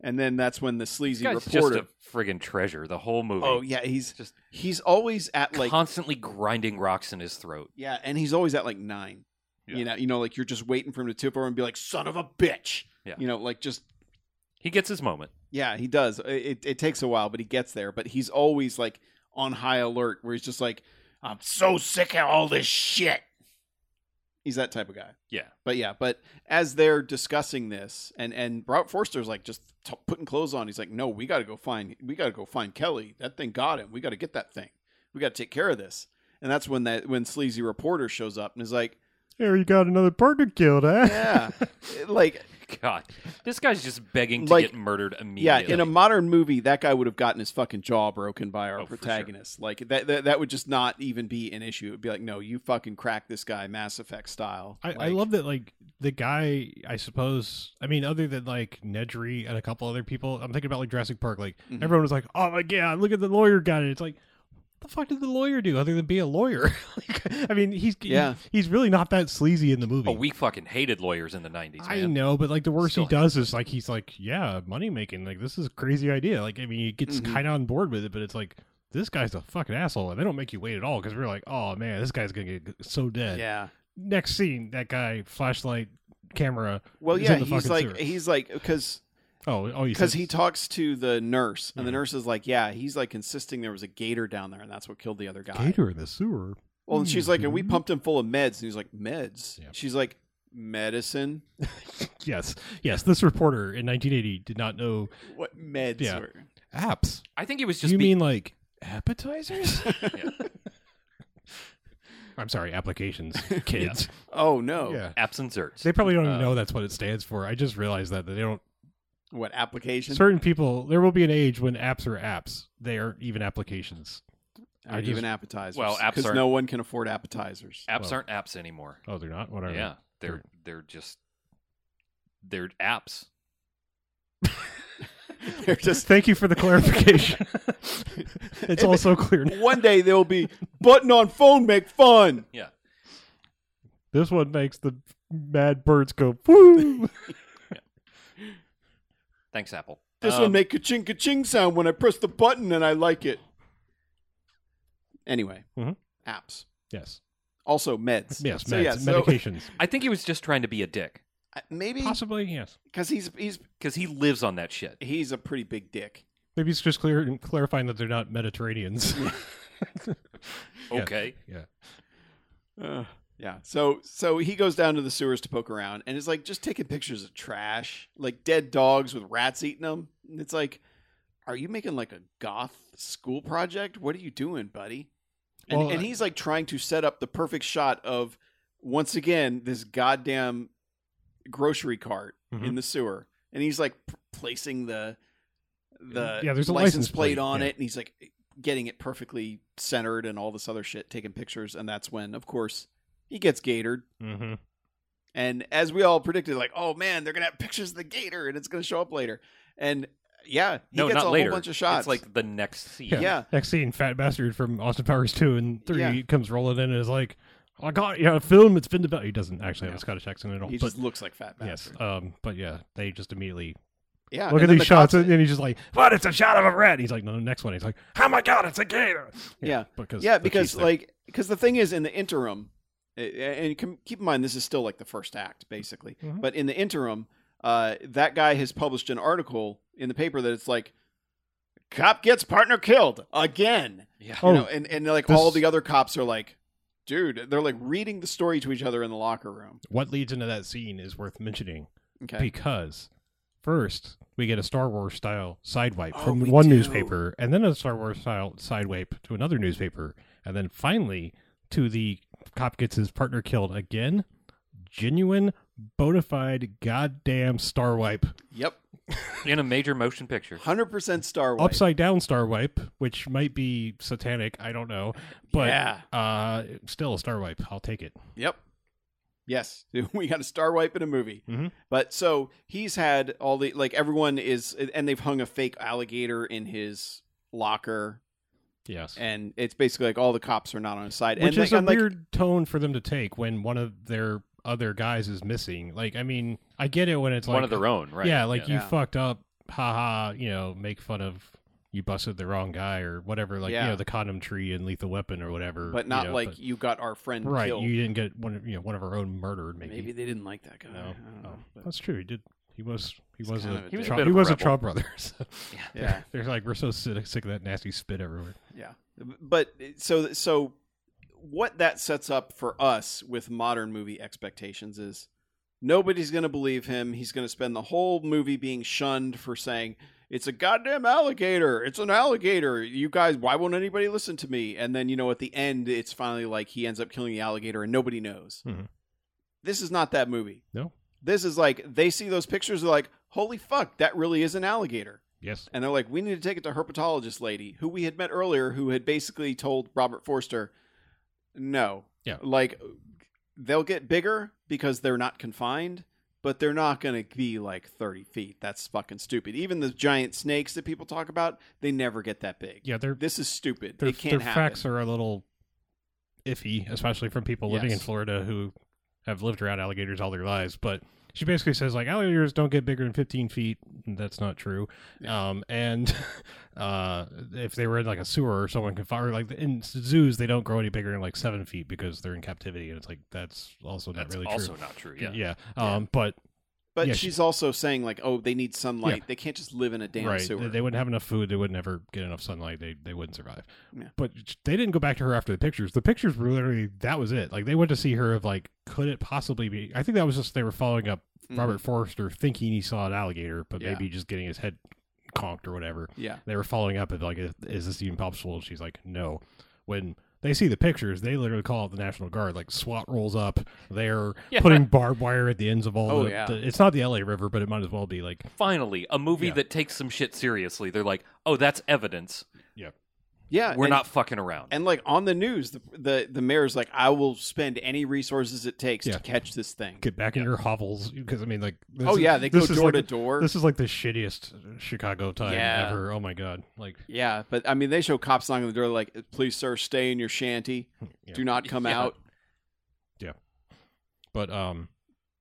and then that's when the
This
sleazy
guy's
reporter.
just a friggin' treasure the whole movie.
oh yeah, he's
Just
he's always at like
constantly grinding rocks in his throat.
Yeah, and he's always at like nine.
Yeah.
You know, you know, like you're just waiting for him to tip over and be like, "Son of a bitch."
Yeah.
You know, like just
He gets his moment.
yeah, he does. It, it, it takes a while, but he gets there. But he's always like on high alert, where he's just like
I'm so sick of all this shit.
he's that type of guy.
Yeah. [laughs]
But yeah, but as they're discussing this, and and Robert Forster's like just t- putting clothes on. He's like, "No, we got to go find. We got to go find Kelly. That thing got him. We got to get that thing. We got to take care of this." And that's when that when sleazy reporter shows up and is like,
Here, you got another partner killed, eh?
[laughs]
"Yeah, like
God, this guy's just begging to
Like-
get murdered
Yeah,
immediately.
in a modern movie, that guy would have gotten his fucking jaw broken by our
Oh, for sure.
protagonist. Like that, that, that would just not even be an issue. It'd be like, no, you fucking crack this guy, Mass Effect style.
I, I
Like,
love that like the guy I suppose I mean other than like Nedry and a couple other people I'm thinking about like Jurassic Park like
Mhm.
everyone was like oh my god look at the lawyer got it it's like what the fuck did the lawyer do other than be a lawyer [laughs] like, I mean he's he-
Yeah.
he's really not that sleazy in the movie
oh, we fucking hated lawyers in the '90s.
I
man.
know but like the worst
Still-
he does is like he's like yeah money making like this is a crazy idea like I mean he gets
Mm-hmm.
Mhm.
kind of on board with it but it's like this guy's a fucking asshole and they don't make you wait at all because we're like oh man this guy's gonna get so dead
yeah.
next scene that guy flashlight camera
Well,
He's
yeah,
in the
he's
fucking
like,
sewer.
he's like, because
Oh, oh, because
because he talks to the nurse, and the
Mhm.
nurse is like, yeah, he's like insisting there was a gator down there, and that's what killed the other guy.
gator in the sewer.
Well, and she's like, and we
Mhm.
pumped him full of meds, and he's like, meds.
Yeah.
She's like, medicine.
Yes, yes. This reporter in 1980 did not know
What meds?
Yeah.
Were?
apps.
I think he was just
you
be-
mean like
[laughs]
Appetizers?
[laughs] I'm
[laughs]
sorry, applications, kids.
Oh no!
Yeah.
Absent zerts.
They probably don't even
Uh,
know that's what it stands for. I just realized that, that they don't.
What application?
Certain people, there will be an age when apps are apps. They aren't even applications. I
Aren't
just-
even appetizers.
Well, apps
because
aren't-
no one can afford appetizers.
apps
Well.
aren't apps anymore.
Oh, they're not. What are [laughs]
Yeah,
they?
they're they're just they're apps.
[laughs] They're just
Thank you for the
[laughs]
clarification. [laughs] it's
If-
all so clear. now.
one day they'll be button on phone make fun.
This one makes the mad birds go
[laughs]
woo.
Thanks, Apple.
This
Um,
one make a ching ka ching sound when I press the button and I like it. Anyway,
Mhm.
apps.
yes,
Also meds.
yes,
So,
meds,
yeah, so-
medications,
I think he was just trying to be a dick
I- maybe
possibly. Yes,
because he's he's
because he lives on that shit.
he's a pretty big dick.
maybe it's just clear clarifying that they're not Mediterraneans.
[laughs]
[laughs] Yeah.
Okay,
yeah,
Uh, yeah. So so he goes down to the sewers to poke around and it's like just taking pictures of trash, like dead dogs with rats eating them. And it's like, are you making like a goth school project? What are you doing, buddy? And,
Well,
and
I-
he's like trying to set up the perfect shot of once again this goddamn grocery cart
Mhm.
in the sewer, and he's like p- placing the the
Yeah, there's a
license,
license
plate,
plate,
on
yeah.
it, and he's like getting it perfectly centered and all this other shit, taking pictures, and that's when, of course, he gets gatored.
mm-hmm.
And as we all predicted, like, oh man, they're gonna have pictures of the gator, and it's gonna show up later. And yeah, he
no,
gets
not
a
later.
whole bunch of shots.
It's like the next scene.
yeah.
[laughs] Next scene, Fat Bastard from Austin Powers 2 and 3
Yeah.
comes rolling in and is like, "Oh, I got you a film. It's been about. He doesn't actually have a Scottish accent at all.
he
but
just looks like fat
yes,
bastard.
um, but yeah, they just immediately
Yeah,
look
and
at
then
these
the
shots
cops-
and, and he's just like, what? It's a shot of a rat. He's like, no, the next one. He's like, oh my God, it's a gator.
Yeah.
because
yeah
the
because
cheese thing.
like because the thing is in the interim uh, and com- keep in mind this is still like the first act basically
Mhm.
but in the interim uh, that guy has published an article in the paper that it's like cop gets partner killed again
yeah.
Oh.
you know and, and like all
this-
the other cops are like dude they're like reading the story to each other in the locker room
what leads into that scene is worth mentioning
okay
because first we get a Star Wars style side wipe
Oh,
from
we
one
do.
newspaper, and then a Star Wars style side wipe to another newspaper, and then finally to the cop gets his partner killed again. Genuine, bona fide, goddamn star wipe,
yep
in a major motion picture.
100% star White.
upside down star wipe, which might be satanic. I don't know, but
yeah
uh, still a star wipe. I'll take it.
Yep. Yes, [laughs] we got a star wipe in a movie.
Mhm.
But so he's had all the like everyone is, and they've hung a fake alligator in his locker,
Yes,
and it's basically like all the cops are not on his side.
which
and like,
is a
and, like,
weird tone for them to take when one of their other guys is missing. Like, I mean, I get it when it's
One
like
of their own, right?
Yeah, like you
Yeah.
fucked up, haha, you know, make fun of you busted the wrong guy or whatever, like
Yeah.
you know, the condom tree and lethal weapon or whatever.
but
you
not
know,
like
but-
you got our friend
right,
killed.
you didn't get one of you know, one of our own murdered maybe.
Maybe they didn't like that guy.
No.
I don't
Oh,
know, but-
that's true. He did he was he
He's
was
kind
a,
of a
he
dick.
was
He was a
a,
bit
he
of a
was a
rebel.
Shaw brother. [laughs] so
yeah,
They're like we're so sick, sick of that nasty spit everywhere.
yeah. But so so what that sets up for us with modern movie expectations is nobody's going to believe him. He's going to spend the whole movie being shunned for saying it's a goddamn alligator. It's an alligator. You guys, why won't anybody listen to me? And then you know at the end, it's finally like he ends up killing the alligator, and nobody knows.
Mhm.
This is not that movie.
No.
This is like they see those pictures, they're like, "Holy fuck, that really is an alligator."
Yes.
And they're like, we need to take it to herpetologist lady, who we had met earlier, who had basically told Robert Forster, no.
Yeah.
Like, they'll get bigger because they're not confined, but they're not going to be like 30 feet. That's fucking stupid. Even the giant snakes that people talk about, they never get that big.
Yeah, they're
This is stupid.
their,
it can't
their
happen.
facts are a little iffy, especially from people living in
Yes.
Florida who have lived around alligators all their lives. But she basically says like alligators don't get bigger than 15 feet. That's not true. Um, and [laughs] uh, if they were in like a sewer or someone can fire like in zoos, they don't grow any bigger than like seven feet because they're in captivity. And it's like that's also not
That's
really
also
true.
not true. Yeah.
yeah. Um, but
but
yeah, she-
she's also saying, like, oh, they need sunlight. They can't just live in a damn
right.
sewer.
They, they wouldn't have enough food. They would never get enough sunlight. They they wouldn't survive.
Yeah.
But they didn't go back to her after the pictures. The pictures were literally that was it. Like they went to see her of like could it possibly be? I think that was just they were following up
Mhm.
Robert Forrester thinking he saw an alligator, but
Yeah.
maybe just getting his head conked or whatever.
Yeah.
They were following up with like, is this even possible? And she's like, no. When they see the pictures, they literally call out the National Guard. Like SWAT rolls up.
[laughs]
They're
Yeah.
putting barbed wire at the ends of all.
Oh,
the,
yeah.
the- it's not the LA River, but it might as well be like
Finally, a movie
Yeah.
that takes some shit seriously. They're like, "Oh, that's evidence.
Yeah,
We're
and-
not fucking around."
And like on the news, the the, the mayor's like, "I will spend any resources it takes
Yeah.
to catch this thing."
get back in your hovels because I mean like this
oh
is-
yeah, they go
this is
door
like-
to door.
This is like the shittiest Chicago time
Yeah.
ever. Oh my god! Like
yeah, but I mean, they show cops knocking on the door, like, "Please, sir, stay in your shanty.
Yeah.
Do not come
Yeah.
out."
But um,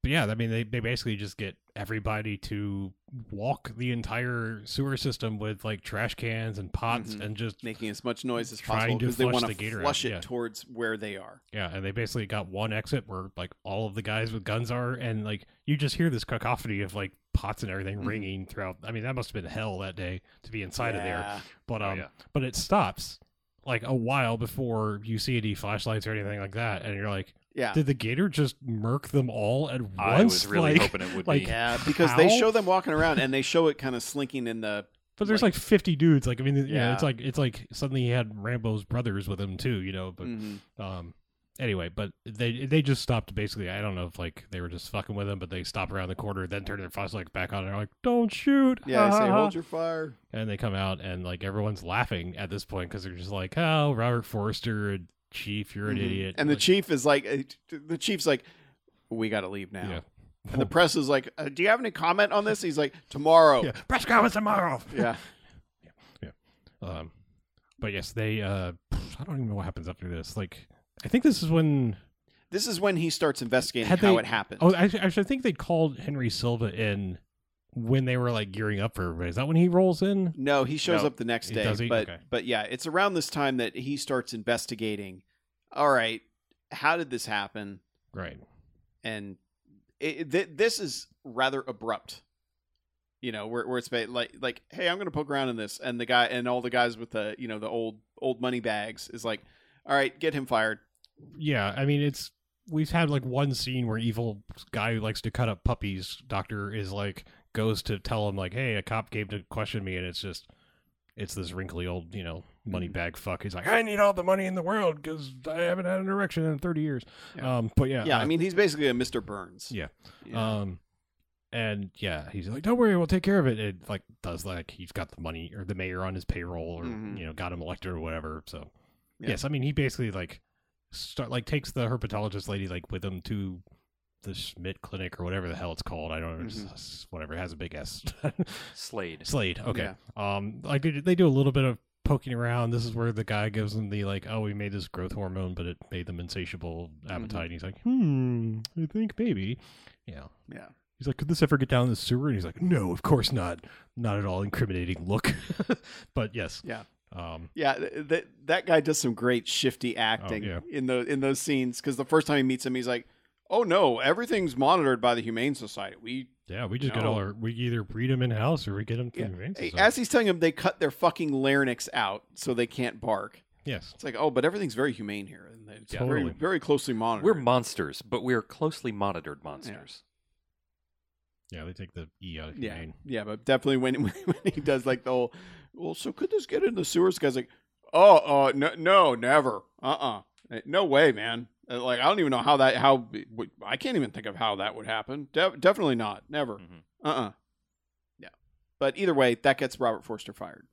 but yeah, I mean, they they basically just get everybody to walk the entire sewer system with like trash cans and pots
Mhm.
and just
making as much noise as
Trying
possible
to
because they
flush
want
the
to
gator out,
flush it
yeah.
towards where they are.
yeah, and they basically got one exit where like all of the guys with guns are, and like you just hear this cacophony of like pots and everything
Mhm.
ringing throughout. I mean, that must have been hell that day to be inside of there.
Yeah.
But
Oh,
um,
yeah.
but it stops like a while before you see any flashlights or anything like that, and you're like,
Yeah.
did the gator just murk them all at once?
I was really
like,
hoping it would
like-
be.
Yeah, because they
How?
show them walking around and they show it kind of slinking in the
But there's like, 50 dudes. Like I mean, yeah,
Yeah.
it's like it's like suddenly he had Rambo's brothers with him too, you know. But
Mhm.
um, anyway, but they they just stopped basically. I don't know if like they were just fucking with him, but they stopped around the corner, then turned their flashlights back on, and are like, "Don't shoot!"
yeah. They
ha, [laughs]
say,
ha, ha."
"Hold your fire."
and they come out, and like everyone's laughing at this point because they're just like, "Oh, Robert Forster, Chief, you're an
Mhm.
idiot."
And the
Like,
chief is like, uh, the chief's like, "We got to leave now."
Yeah.
And the press is like, uh, "Do you have any comment on this?" He's like, "Tomorrow."
yeah, press conference tomorrow.
Oh. yeah.
Um, but yes, they. Uh, I don't even know what happens after this. Like, I think this is when.
This is when he starts investigating
Had
how
they-
it happened.
Oh, actually, actually, I think they called Henry Silva in when they were like gearing up for everybody. Is that when he rolls in?
no, he shows
No.
up the next
He-
day.
does he?
But
Okay.
but yeah, it's around this time that he starts investigating. All right, how did this happen?
Right.
And it, th- this is rather abrupt. You know, where, where it's ba- like like, hey, I'm gonna poke around in this, and the guy and all the guys with the you know the old old money bags is like, all right, get him fired.
Yeah. I mean, it's we've had like one scene where evil guy who likes to cut up puppies doctor is like goes to tell him like, hey, a cop came to question me, and it's just it's this wrinkly old you know
Mm-hmm.
money bag fuck. He's like, I need all the money in the world because I haven't had an erection in thirty years.
Yeah.
Um, but yeah,
yeah,
uh,
I mean, he's basically a Mr. Burns.
Yeah.
Yeah.
Um, and yeah, he's like, "Don't worry, we'll take care of it." It like does like he's got the money or the mayor on his payroll or
Mhm.
you know got him elected or whatever. So
Yeah.
yes, I mean he basically like start like takes the herpetologist lady like with him to the Schmidt clinic or whatever the hell it's called. I don't know,
Mhm.
just, whatever it has a big S. [laughs]
Slade.
Slade. Okay. Um, like they, they do a little bit of poking around. This is where the guy gives them the like, "Oh, we made this growth hormone, but it made them insatiable
Mm-hmm.
appetite." And he's like, "Hmm, I think maybe." Yeah.
Yeah.
He's like, could this ever get down the sewer? And he's like, no, of course not. Not at all incriminating look. [laughs] but yes.
Yeah.
Um,
Yeah, th- th- that guy does some great shifty acting
yeah.
in the in those scenes because the first time he meets him, he's like, "Oh no, everything's monitored by the Humane Society." We
yeah, we just get
No.
all our, we either breed him in house or we get him through
Yeah.
the ransom
as he's telling him they cut their fucking larynx out so they can't bark.
Yes.
It's like, oh, but everything's very humane here, and it's
Yeah.
very
Totally.
very closely monitored.
We're monsters, but we're closely monitored monsters.
Yeah, they take the E out of
yeah,
humane.
yeah, but definitely when, [laughs] when he does like the whole, well, so could this get in the sewers? Guy's like, oh, uh, no, no, never, uh, uh no way, man. Uh, Like, I don't even know how that how I can't even think of how that would happen. De- definitely not, never,
Mhm.
Mm-hmm.
uh, uh yeah. But either way, that gets Robert Forster fired.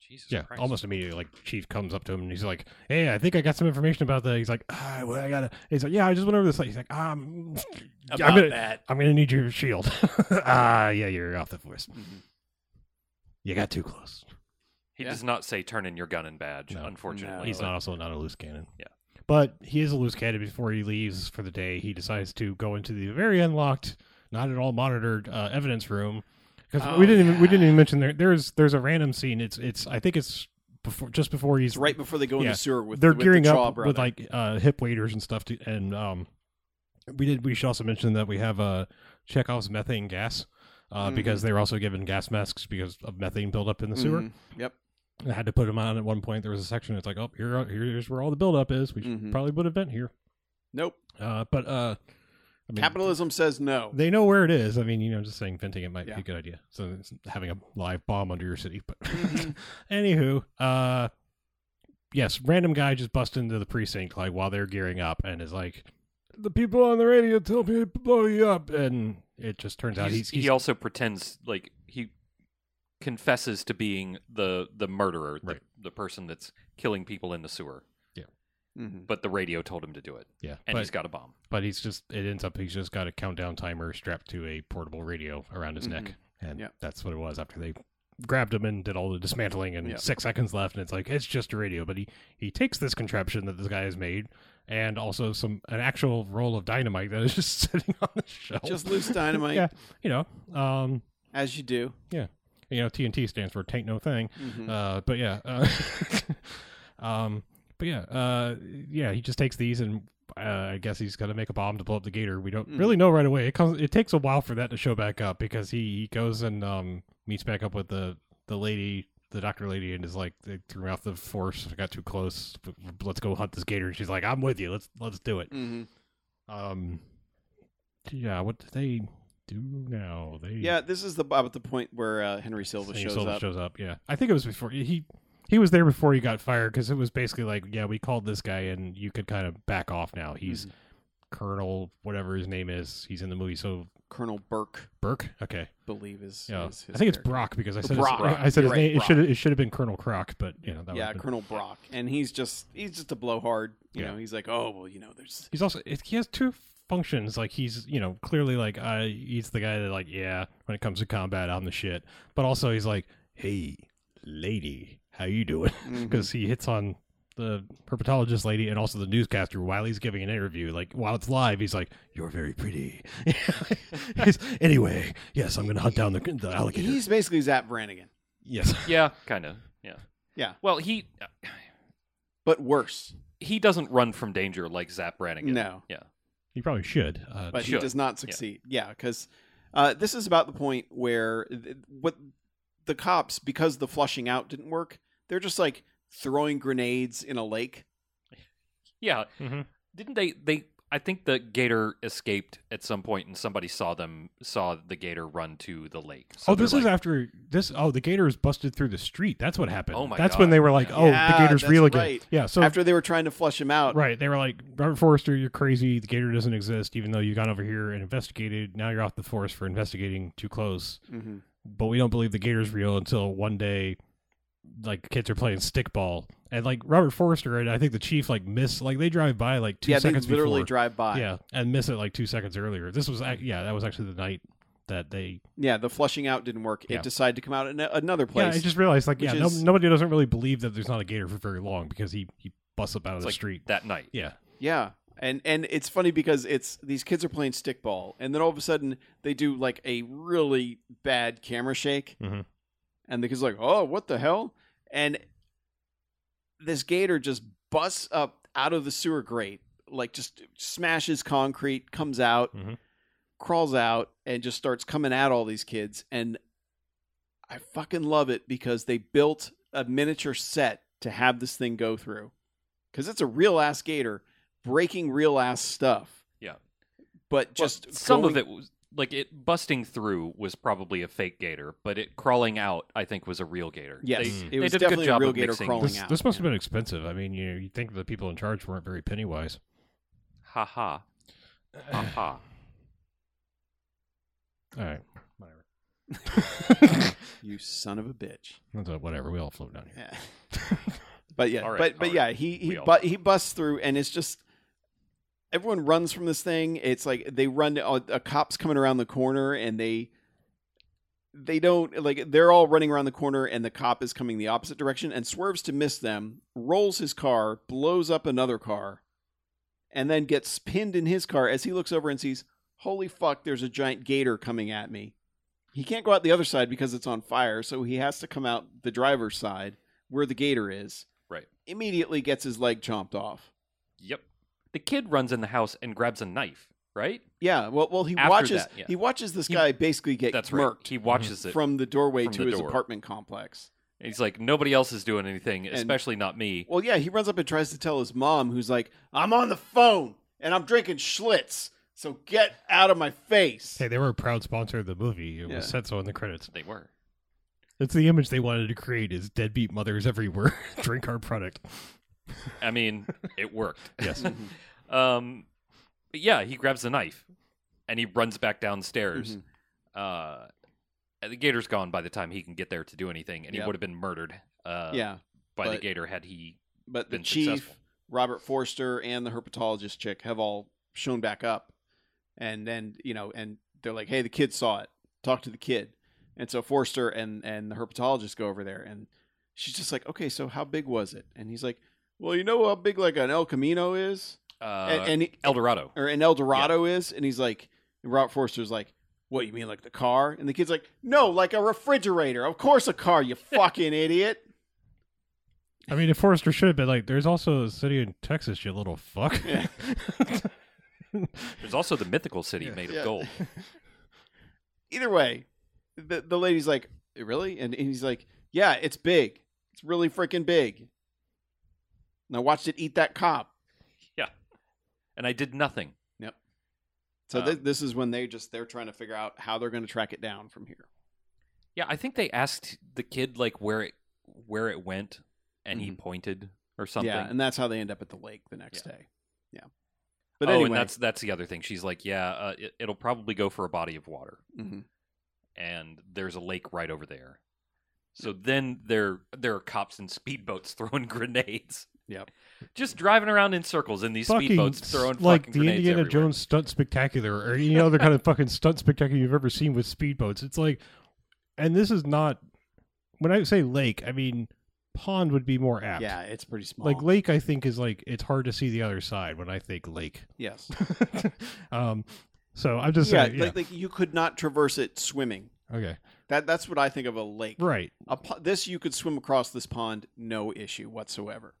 Jesus
Yeah,
Christ.
almost immediately, like Chief comes up to him and he's like, "Hey, I think I got some information about that." He's like, "Ah, well, I gotta." He's like, "Yeah, I just went over this." He's like, "Um, I'm
about
gonna,
that.
I'm gonna need your shield." [laughs] Ah, yeah, you're off the force.
Mhm.
You got too close.
He
Yeah.
does not say turn in your gun and badge,
No.
unfortunately.
He's
but-
not also not a loose cannon.
Yeah.
But he is a loose cannon before he leaves for the day. He decides to go into the very unlocked, not at all monitored uh, evidence room because
Oh,
we didn't even, we
yeah.
didn't even mention there there's there's a random scene. It's it's I think it's before just before he's
It's right before they go in
Yeah.
the sewer with
they're
with
gearing
the Shaw
up
brother.
with like uh, hip waders and stuff to, and um we did we should also mention that we have uh Chekhov's methane gas uh,
Mm-hmm.
because they were also given gas masks because of methane buildup in the sewer.
Mhm. Yep.
I had to put them on at one point. There was a section. It's like, oh,
Mm-hmm.
here, here's where all the buildup is. We should
Mhm.
probably put a vent here.
Nope.
Uh, but uh, I mean,
Capitalism says no. [laughs]
They know where it is. I mean, you know, just saying venting it might
Yeah.
be a good idea. So it's having a live bomb under your city. But
Mm-hmm.
anywho, uh, yes, random guy just busts into the precinct like while they're gearing up and is like, "The people on the radio tell me to blow you up," and it just turns out he's,
He's-
he's
he also pretends like he confesses to being the the murderer,
Right.
the, the person that's killing people in the sewer.
Mhm.
But the radio told him to do it,
yeah,
and
but,
he's got a bomb.
but he's just it ends up he's just got a countdown timer strapped to a portable radio around his neck, and
Yeah.
that's what it was after they grabbed him and did all the dismantling and
Yeah.
six seconds left and it's like it's just a radio but he he takes this contraption that this guy has made and also some an actual roll of dynamite that is just [laughs] sitting on the shelf
Just loose dynamite,
Yeah. you know um
as you do.
you know tnt stands for taint no thing
Mhm.
uh, but yeah, uh, [laughs] um, but yeah, uh, yeah. He just takes these, and uh, I guess he's gonna make a bomb to blow up the gator. We don't
Mhm.
really know right away. It comes. It takes a while for that to show back up because he, he goes and um, meets back up with the the lady, the doctor lady, and is like, they threw me off the force. I got too close. Let's go hunt this gator. And she's like, I'm with you. Let's let's do it.
Mhm.
Um, yeah. What do they do now? They
Yeah, this is the about the point where uh, Henry Silva
Henry
shows
Silva
up.
shows up. Yeah, I think it was before he he was there before he got fired because it was basically like, yeah, we called this guy and you could kind of back off now. He's
Mhm.
Colonel whatever his name is. He's in the movie. So
Colonel Burke,
Burke. Okay,
believe is.
yeah, I
is his
think it's
character.
Brock because I said
Brock.
His, I said his
You're right,
name. It
Brock.
should it should have been Colonel Croc, but you know that
yeah,
would have been-
Colonel Brock, and he's just he's just a blowhard. You
Yeah.
know, he's like, oh well, you know,
[laughs]
there's
He's also it, he has two functions. Like he's you know clearly like uh, he's the guy that like yeah when it comes to combat I'm the shit, but also he's like hey lady how you doing [laughs] because he hits on the herpetologist lady and also the newscaster while he's giving an interview. Like while it's live, he's like you're very pretty. [laughs] He's, anyway, yes, I'm gonna hunt down the, the alligator.
he's basically Zap Brannigan,
yes, [laughs]
Yeah, kind of. Yeah.
Yeah.
Well, he
but worse.
he doesn't run from danger like Zap Brannigan.
No.
Yeah.
he probably should. Uh,
but he
Sure.
does not succeed. Yeah, because uh, this is about the point where th- what the cops, because the flushing out didn't work, they're just like throwing grenades in a lake.
Yeah.
Mhm.
Didn't they? They. I think the gator escaped at some point, and somebody saw them saw the gator run to the lake. So
oh, this
they're
is
like,
after this. Oh, the gator is busted through the street. That's what happened.
Oh my
That's when
God.
they were like, "Oh,
Yeah,
the gator's
that's
real again."
right.
Yeah. So
After they were trying to flush him out,
Right. They were like, Robert Forrester, you're crazy. The gator doesn't exist, even though you got over here and investigated. Now you're off the force for investigating too close.
hmm
But we don't believe the gator's real until one day, like, kids are playing stickball. And, like, Robert Forrester and I think the chief, like, miss, like, they drive by, like, two
yeah, they
seconds
literally
before.
drive by.
Yeah. And miss it, like, two seconds earlier. This was, ac- yeah, that was actually the night that they.
Yeah, the flushing out didn't work.
Yeah.
It decided to come out in a- another place.
Yeah, I just realized, like, yeah,
which
no,
is-
nobody doesn't really believe that there's not a gator for very long because he, he busts up out of
it's
the
like
street.
that night.
Yeah.
Yeah. And and it's funny because it's these kids are playing stickball and then all of a sudden they do like a really bad camera shake.
Mm-hmm.
Mhm.
And the kids are like, "Oh, what the hell?" And this gator just busts up out of the sewer grate, like just smashes concrete, comes out,
Mm-hmm.
Mhm.
crawls out and just starts coming at all these kids and I fucking love it because they built a miniature set to have this thing go through. Cuz it's a real ass gator breaking real ass stuff.
Yeah.
But
Well,
just
some of it
going-
was like it busting through was probably a fake gator, but it crawling out, I think, was a real gator.
Yes,
They-
it
they
was
did a good
definitely a
job
real
of
gator
mixing
crawling
This,
out.
this must have been expensive. I mean, you, you think the people in charge weren't very penny wise.
Ha ha. Ha
Uh-huh.
ha.
[laughs] All right. Whatever.
You son of a bitch.
That's a- whatever. We all float down here.
Yeah. [laughs] but yeah,
All right,
but but
all
yeah, he
We
he
all-
but he busts through, and it's just everyone runs from this thing. It's like they run. oh, A, a cop's coming around the corner, and they they don't like they're all running around the corner, and the cop is coming the opposite direction and swerves to miss them, rolls his car, blows up another car, and then gets pinned in his car as he looks over and sees, "Holy fuck! There's a giant gator coming at me." He can't go out the other side because it's on fire, so he has to come out the driver's side where the gator is.
Right.
Immediately gets his leg chomped off.
Yep. The kid runs in the house and grabs a knife. Right.
Yeah. Well, well, he
After
watches.
that, yeah.
He watches this
He-
guy basically get
That's right.
murked
He watches it.
Mm. from the doorway
From
to
the
his
door.
apartment complex.
And He's like, nobody else is doing anything, especially not me.
Well, yeah, he runs up and tries to tell his mom, who's like, "I'm on the phone and I'm drinking Schlitz." So get out of my face.
Hey, they were a proud sponsor of the movie. It
Yeah.
was said so in the credits.
They were.
That's the image they wanted to create: is deadbeat mothers everywhere [laughs] drink our product.
I mean, it worked.
Yes.
Mm-hmm.
Um, but yeah, he grabs the knife and he runs back downstairs.
Mm-hmm.
Uh, the gator's gone by the time he can get there to do anything, and he
Yep.
would have been murdered uh,
yeah,
by the
but-
gator had he
but the
been
chief,
successful.
Robert Forster, and the herpetologist chick have all shown back up, and then you know, and they're like, "Hey, the kid saw it. Talk to the kid." And so Forster and and the herpetologist go over there, and she's just like, "Okay, so how big was it?" And he's like, "Well, you know how big like an El Camino is,
Uh,
and, and he-
El
[laughs]
Dorado.
or an El Dorado is, and he's like, and Robert Forster's like, what you mean like the car? And the kid's like, no, like a refrigerator. Of course, a car. You fucking idiot.
I mean, if Forrester should have been like, "There's also a city in Texas, you little fuck."
Yeah.
[laughs]
[laughs]
There's also the mythical city
Yeah.
made
Yeah.
of [laughs] gold.
Either way, the the lady's like, "Eh, really? And, and he's like, yeah, it's big. It's really freaking big. And I watched it eat that cop.
And I did nothing.
So thi-
Um,
this is when they just they're trying to figure out how they're going to track it down from here.
Yeah, I think they asked the kid like where it where it went, and he
Mhm.
pointed or something.
Yeah, and that's how they end up at the lake the next day. Yeah. But
oh,
anyway,
and that's that's the other thing. She's like, yeah, uh, it, it'll probably go for a body of water,
Mhm.
and there's a lake right over there. So then there there are cops in speedboats [laughs] throwing grenades.
Yep.
Just driving around in circles in these speedboats throwing
like
fucking
the
grenades
Indiana
everywhere.
Jones stunt spectacular or any other kind of fucking stunt spectacular you've ever seen with speedboats. It's like, and this is not when I say lake, I mean pond would be more apt.
yeah, it's pretty small.
Like lake, I think is like it's hard to see the other side when I think
[laughs]
lake. [laughs]
yes.
um, so I'm just
yeah,
saying, yeah,
Like, like you could not traverse it swimming.
okay,
That that's what I think of a lake.
right.
A po- this you could swim across this pond, no issue whatsoever,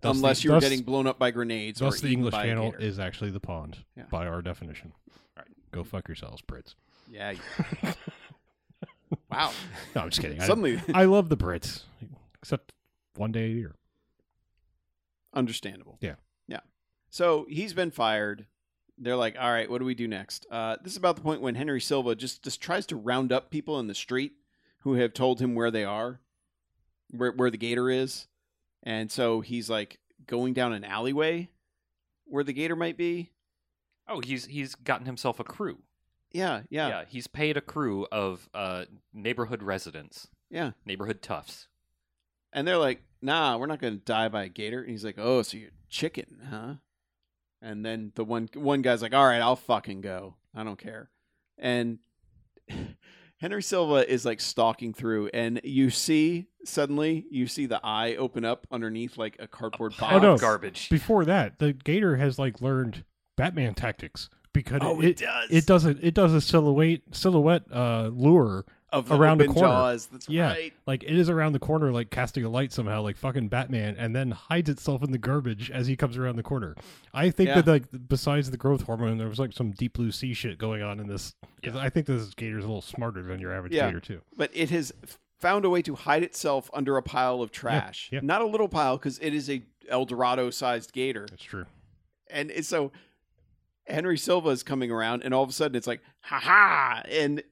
Thus
unless
the-
you were
thus-
getting blown up by grenades or
Thus, the
eaten
English
by a
Channel
gator.
is actually the pond
Yeah.
by our definition.
Right.
Go fuck yourselves, Brits. [laughs]
Yeah. you- wow.
No, I'm just kidding. I- [laughs]
Suddenly,
I love the Brits, except one day a year.
understandable.
Yeah.
Yeah. So he's been fired. They're like, all right, what do we do next? Uh, this is about the point when Henry Silva just just tries to round up people in the street who have told him where they are, where where the gator is, and so he's like going down an alleyway where the gator might be.
Oh, he's he's gotten himself a crew.
Yeah, yeah,
Yeah, he's paid a crew of uh, neighborhood residents,
yeah.
neighborhood toughs.
And they're like, nah, we're not going to die by a gator. And he's like, oh, so you're chicken, huh? And then the one one guy's like, all right, I'll fucking go. I don't care. And [sighs] Henry Silva is like stalking through, and you see suddenly you see the eye open up underneath like a
A
cardboard
pile
Oh, no.
of
box.
garbage.
Before that, the Gator has like learned Batman tactics because
Oh,
it,
it,
it,
does.
doesn't it does a silhouette silhouette uh, lure
of the
around a
open
corner.
Jaws. That's
Yeah.
right.
like it is around the corner like casting a light somehow like fucking Batman and then hides itself in the garbage as he comes around the corner. I think
Yeah.
that like besides the growth hormone, there was like some deep blue sea shit going on in this. 'cause
Yeah.
I think this Gator's a little smarter than your average
Yeah.
Gator too.
But it has found a way to hide itself under a pile of trash.
yeah.
Not a little pile because it is a El Dorado sized gator.
That's true.
And it's so Henry Silva is coming around, and all of a sudden it's like, ha ha, and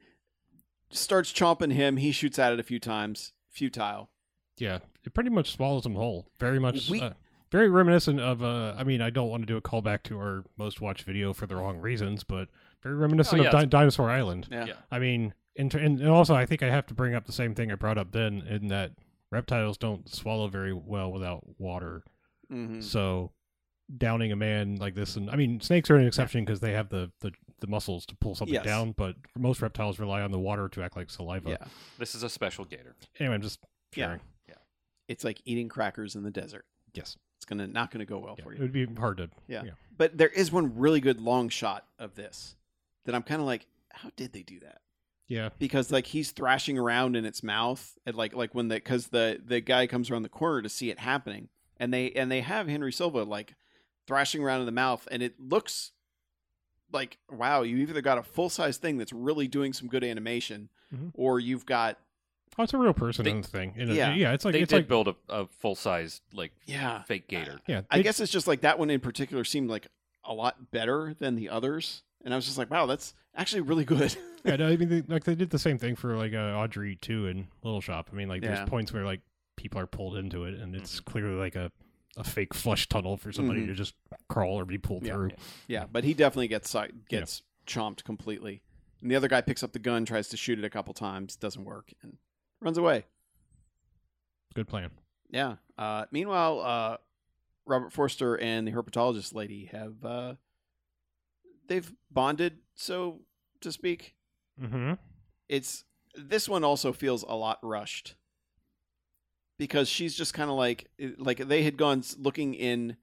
starts chomping him. He shoots at it a few times, futile.
Yeah, it pretty much swallows them whole. Very much,
We-
uh, very reminiscent of. Uh, I mean, I don't want to do a callback to our most watched video for the wrong reasons, but very reminiscent
yeah,
of Di- Dinosaur Island.
Oh, Yeah.
Yeah.
I mean, in ter- and, and also I think I have to bring up the same thing I brought up then, in that reptiles don't swallow very well without water. Mm-hmm.
Mhm.
So, downing a man like this, and I mean, snakes are an exception because they have the, the the muscles to pull something
Yes.
down, but most reptiles rely on the water to act like saliva.
Yeah.
This is a special gator.
Anyway, I'm just
Yeah.
sharing.
It's like eating crackers in the desert.
Yes.
It's gonna not gonna go well
Yeah.
for
It
you.
would be hard to.
Yeah.
yeah.
But there is one really good long shot of this that I'm kind of like, how did they do that?
Yeah.
because like he's thrashing around in its mouth and like like when the because the the guy comes around the corner to see it happening and they and they have henry silva like thrashing around in the mouth and it looks like wow you either got a full size thing that's really doing some good animation
Mhm.
or you've got
Oh, it's a real person
They-
in the thing. In a-
Yeah.
yeah. it's like
they
it's
did
like
build a, a full size like
yeah
fake gator.
yeah.
i
they-
guess it's just like that one in particular seemed like a lot better than the others and I was just like, wow, that's actually really good.
Yeah, no, I mean, they, like they did the same thing for like uh, Audrey too in Little Shop. I mean, like
Yeah. Mm-hmm.
there's points where like people are pulled into it, and it's clearly like a, a fake flush tunnel for somebody
Mhm.
to just crawl or be pulled
Yeah.
through.
yeah, but he definitely gets si- gets chomped completely. And the other guy picks up the gun, tries to shoot it a couple times, doesn't work, and runs away.
Good plan.
Yeah. Uh, meanwhile, uh, Robert Forster and the herpetologist lady have uh, they've bonded, so to speak.
Mm-hmm.
It's this one also feels a lot rushed because she's just kind of like eh, like they had gone s- looking in.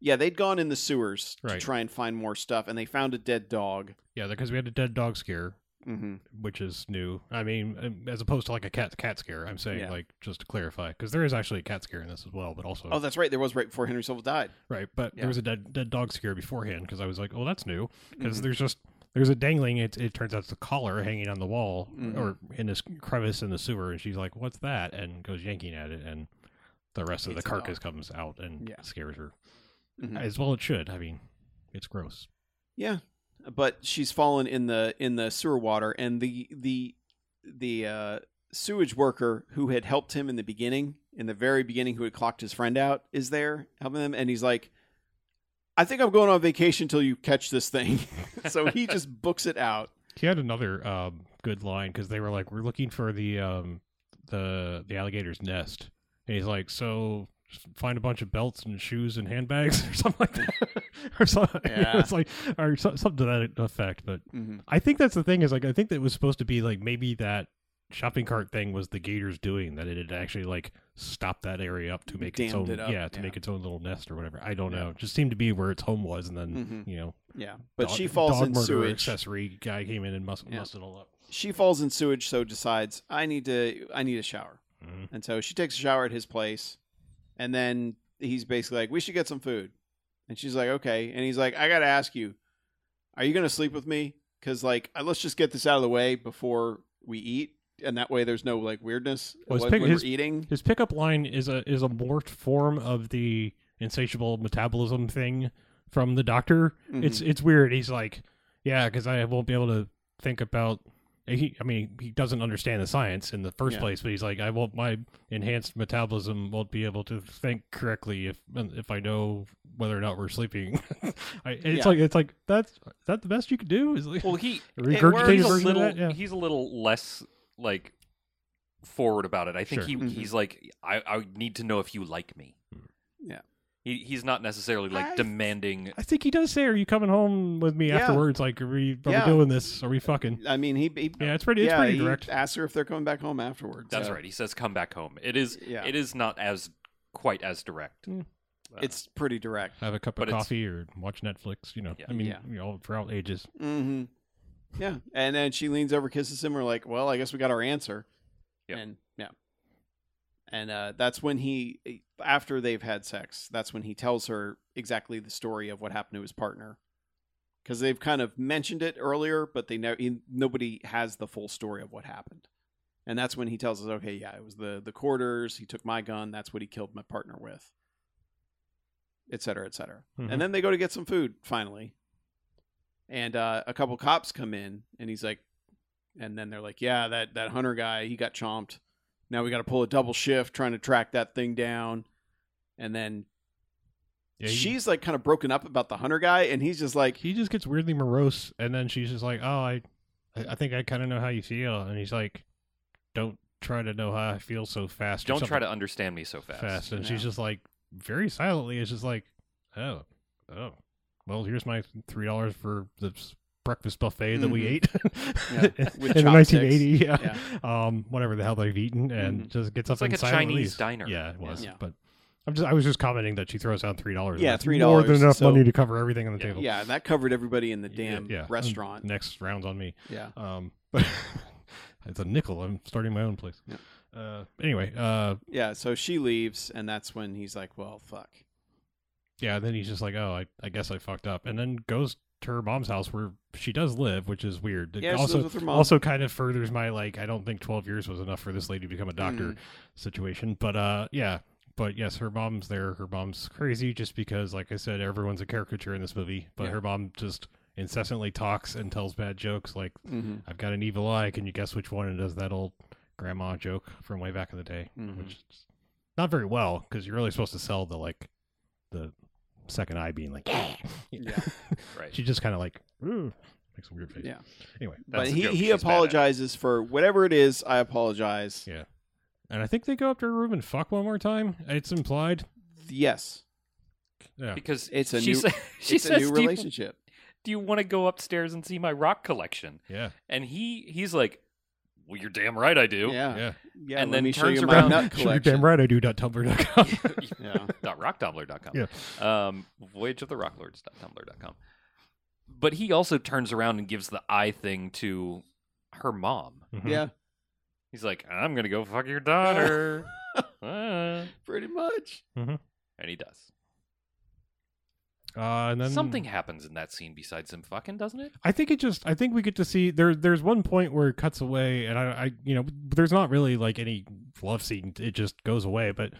Yeah, they'd gone in the sewers to
Right.
try and find more stuff, and they found a dead dog.
Yeah, because we had a dead dog scare,
Mm-hmm.
which is new. I mean, um, as opposed to like a cat cat scare. I'm saying
Yeah.
like just to clarify, because there is actually a cat scare in this as well, but also
Oh, that's right. There was right before Henry Silva died.
right. But
yeah.
there was a dead dead dog scare beforehand because I was like, oh, that's new. Because
Mhm.
there's just there's a dangling. It it turns out it's a collar hanging on the wall
Mhm.
or in this crevice in the sewer, and she's like, what's that? And goes yanking at it, and the rest of the
It's a dog.
carcass comes out and
Yeah.
scares her.
Mhm.
As well, it should. I mean, it's gross.
Yeah, but she's fallen in the in the sewer water, and the the the uh, sewage worker who had helped him in the beginning, in the very beginning, who had clocked his friend out, is there helping them, and he's like, "I think I'm going on vacation till you catch this thing." [laughs] so
[laughs]
he just books it out.
He had another um, good line because they were like, "We're looking for the um, the the alligator's nest," and he's like, "So just find a bunch of belts and shoes and handbags [laughs] or something like that, or something." [laughs]
Yeah.
it's like or so, something to that effect. But
Mm-hmm.
I think that's the thing is like I think that was supposed to be like maybe that shopping cart thing was the gators doing that it had actually like stopped that area up to make its
Dammed
own
it up,
yeah to
yeah.
make its own little nest or whatever. I don't
Yeah.
know. It just seemed to be where its home was, and then
hmm
you know
Yeah, but
Mm-hmm. dog-
she falls
dog
in
murderer
sewage.
Accessory guy came in and must
Yeah.
must it all up.
She falls in sewage, so decides I need to I need a shower.
Mhm.
And so she takes a shower at his place, and then he's basically like, "We should get some food," and she's like, "Okay." And he's like, "I gotta ask you, are you gonna sleep with me? Because like, uh, let's just get this out of the way before we eat, and that way there's no like weirdness
Well, his
when,
pic-
when
his-
we're eating."
His pickup line is a is a morphed form of the insatiable metabolism thing from the doctor. It's
Mm-hmm.
it's weird. He's like, yeah, because I won't be able to think about. He, I mean, he doesn't understand the science in the first
Yeah.
place, but he's like, I won't. My enhanced metabolism won't be able to think correctly if if I know whether or not we're sleeping. [laughs] I, it's
Yeah.
like it's like that's is that the best you could do is like
[laughs] Well, he
regurgitated
he's a
version of
little
that? Yeah.
he's a little less like forward about it. I think
Sure. Hmm.
he
Mhm.
he's like I, I need to know if you like me.
Yeah.
He he's not necessarily like
[laughs]
I-
demanding
I think he does say, "Are you coming home with me
Yeah.
afterwards? Like, are we, are
Yeah.
we doing this? Are we fucking?"
Mm-hmm. I mean, he, he
Yeah, it's pretty. It's pretty
he
direct.
Asks her if they're coming back home afterwards.
That's
so-
right. He says come back home. It is
Yeah.
it is not as quite as direct.
Mm.
Uh,
It's pretty direct.
Have a cup
But
of
it's-
coffee or watch Netflix. You know,
Yeah.
I mean,
Yeah.
you know, throughout ages.
hmm Yeah, and then she leans over, kisses him. We're like, well, I guess we got our answer.
Yep.
And yeah, and uh, that's when he, after they've had sex, that's when he tells her exactly the story of what happened to his partner, because they've kind of mentioned it earlier, but they know nobody has the full story of what happened. And that's when he tells us, okay, yeah, it was the the quarters. He took my gun. That's what he killed my partner with, et cetera, et cetera.
Mhm.
And then they go to get some food finally, and uh, a couple cops come in, and he's like, and then they're like, yeah, that that hunter guy, he got chomped. Now we got to pull a double shift trying to track that thing down, and then
Yeah, he-
she's like kind of broken up about the hunter guy, and he's just like,
he just gets weirdly morose, and then she's just like, "Oh, I, I I think I kind of know how you feel," and he's like, "Don't try to know how I feel so fast. or
don't try to
something
understand me so fast.
fast." And
Yeah.
she's just like, very silently, is just like, "Oh, oh, well, here's my three dollars for the s- breakfast buffet that we
Mm-hmm.
Mhm.
ate [laughs]
Yeah, with
in the
chopsticks.
1980, yeah. um, whatever the hell they've eaten, and
Mhm.
just get something
Mm-hmm. like a
silently.
Chinese diner.
Yeah, it was.
Yeah.
But I'm just, I was just commenting that she throws out three dollars.
Yeah,
more
$3,
than enough
so-
money to cover everything on the
Yeah.
table.
yeah, and that covered everybody in the
Yeah,
damn
yeah. Mm,
restaurant.
Next round's on me.
Yeah,
Um, [laughs] but it's a nickel. I'm starting my own place.
Yeah.
Uh, anyway, uh,
yeah. So she leaves, and that's when he's like, well, fuck.
yeah. Then he's just like, "Oh, I, I guess I fucked up," and then goes to her mom's house where she does live, which is weird. It
Yeah, she
also,
lives with her mom.
also kind of furthers my like. I don't think 12 years was enough for this lady to become a doctor.
Mhm.
situation. But uh, yeah. But yes, her mom's there. Her mom's crazy just because, like I said, everyone's a caricature in this movie. But
Yeah.
her mom just incessantly talks and tells bad jokes like
Mm-hmm.
I've got an evil eye. Can you guess which one? And does that old grandma joke from way back in the day,
Mhm.
which is not very well because you're really supposed to sell the like the second eye being like, yeah.
Yeah.
Right.
[laughs] she just kind of like "Ooh," makes a weird face.
Yeah.
Anyway,
But
That's the
he,
joke
he
she's bad at.
apologizes for whatever it is. I apologize.
Yeah. and I think they go up to her room and fuck one more time. It's implied.
Yes,
Yeah.
Because
It's a
she
new-
sa- [laughs] she
it's
says,
a new
do, you,
relationship.
do you want to go upstairs and see my rock collection?
Yeah.
And he he's like, well, you're damn right I do.
Yeah,
Yeah.
yeah.
And
let
then
me show
turns
you
around-
[laughs]
Uh, my nut
Sure, you're
collection.
damn right I do. Dot Tumblr.com.
[laughs] Yeah.
[laughs] dot rocktumbler.com.
[laughs] Yeah.
Uh,
Um, Voyage of the Rocklords dot tumblr dot com. But he also turns around and gives the eye thing to her mom.
Mhm.
Yeah,
He's like, I'm going to go fuck your
[laughs]
daughter. Ah.
pretty much.
And he does.
Uh, and then
Something happens in that scene besides him fucking, doesn't it?
I think it just. I think we get to see there. There's one point where it cuts away, and I, I, you know, there's not really like any love scene. It just goes away, but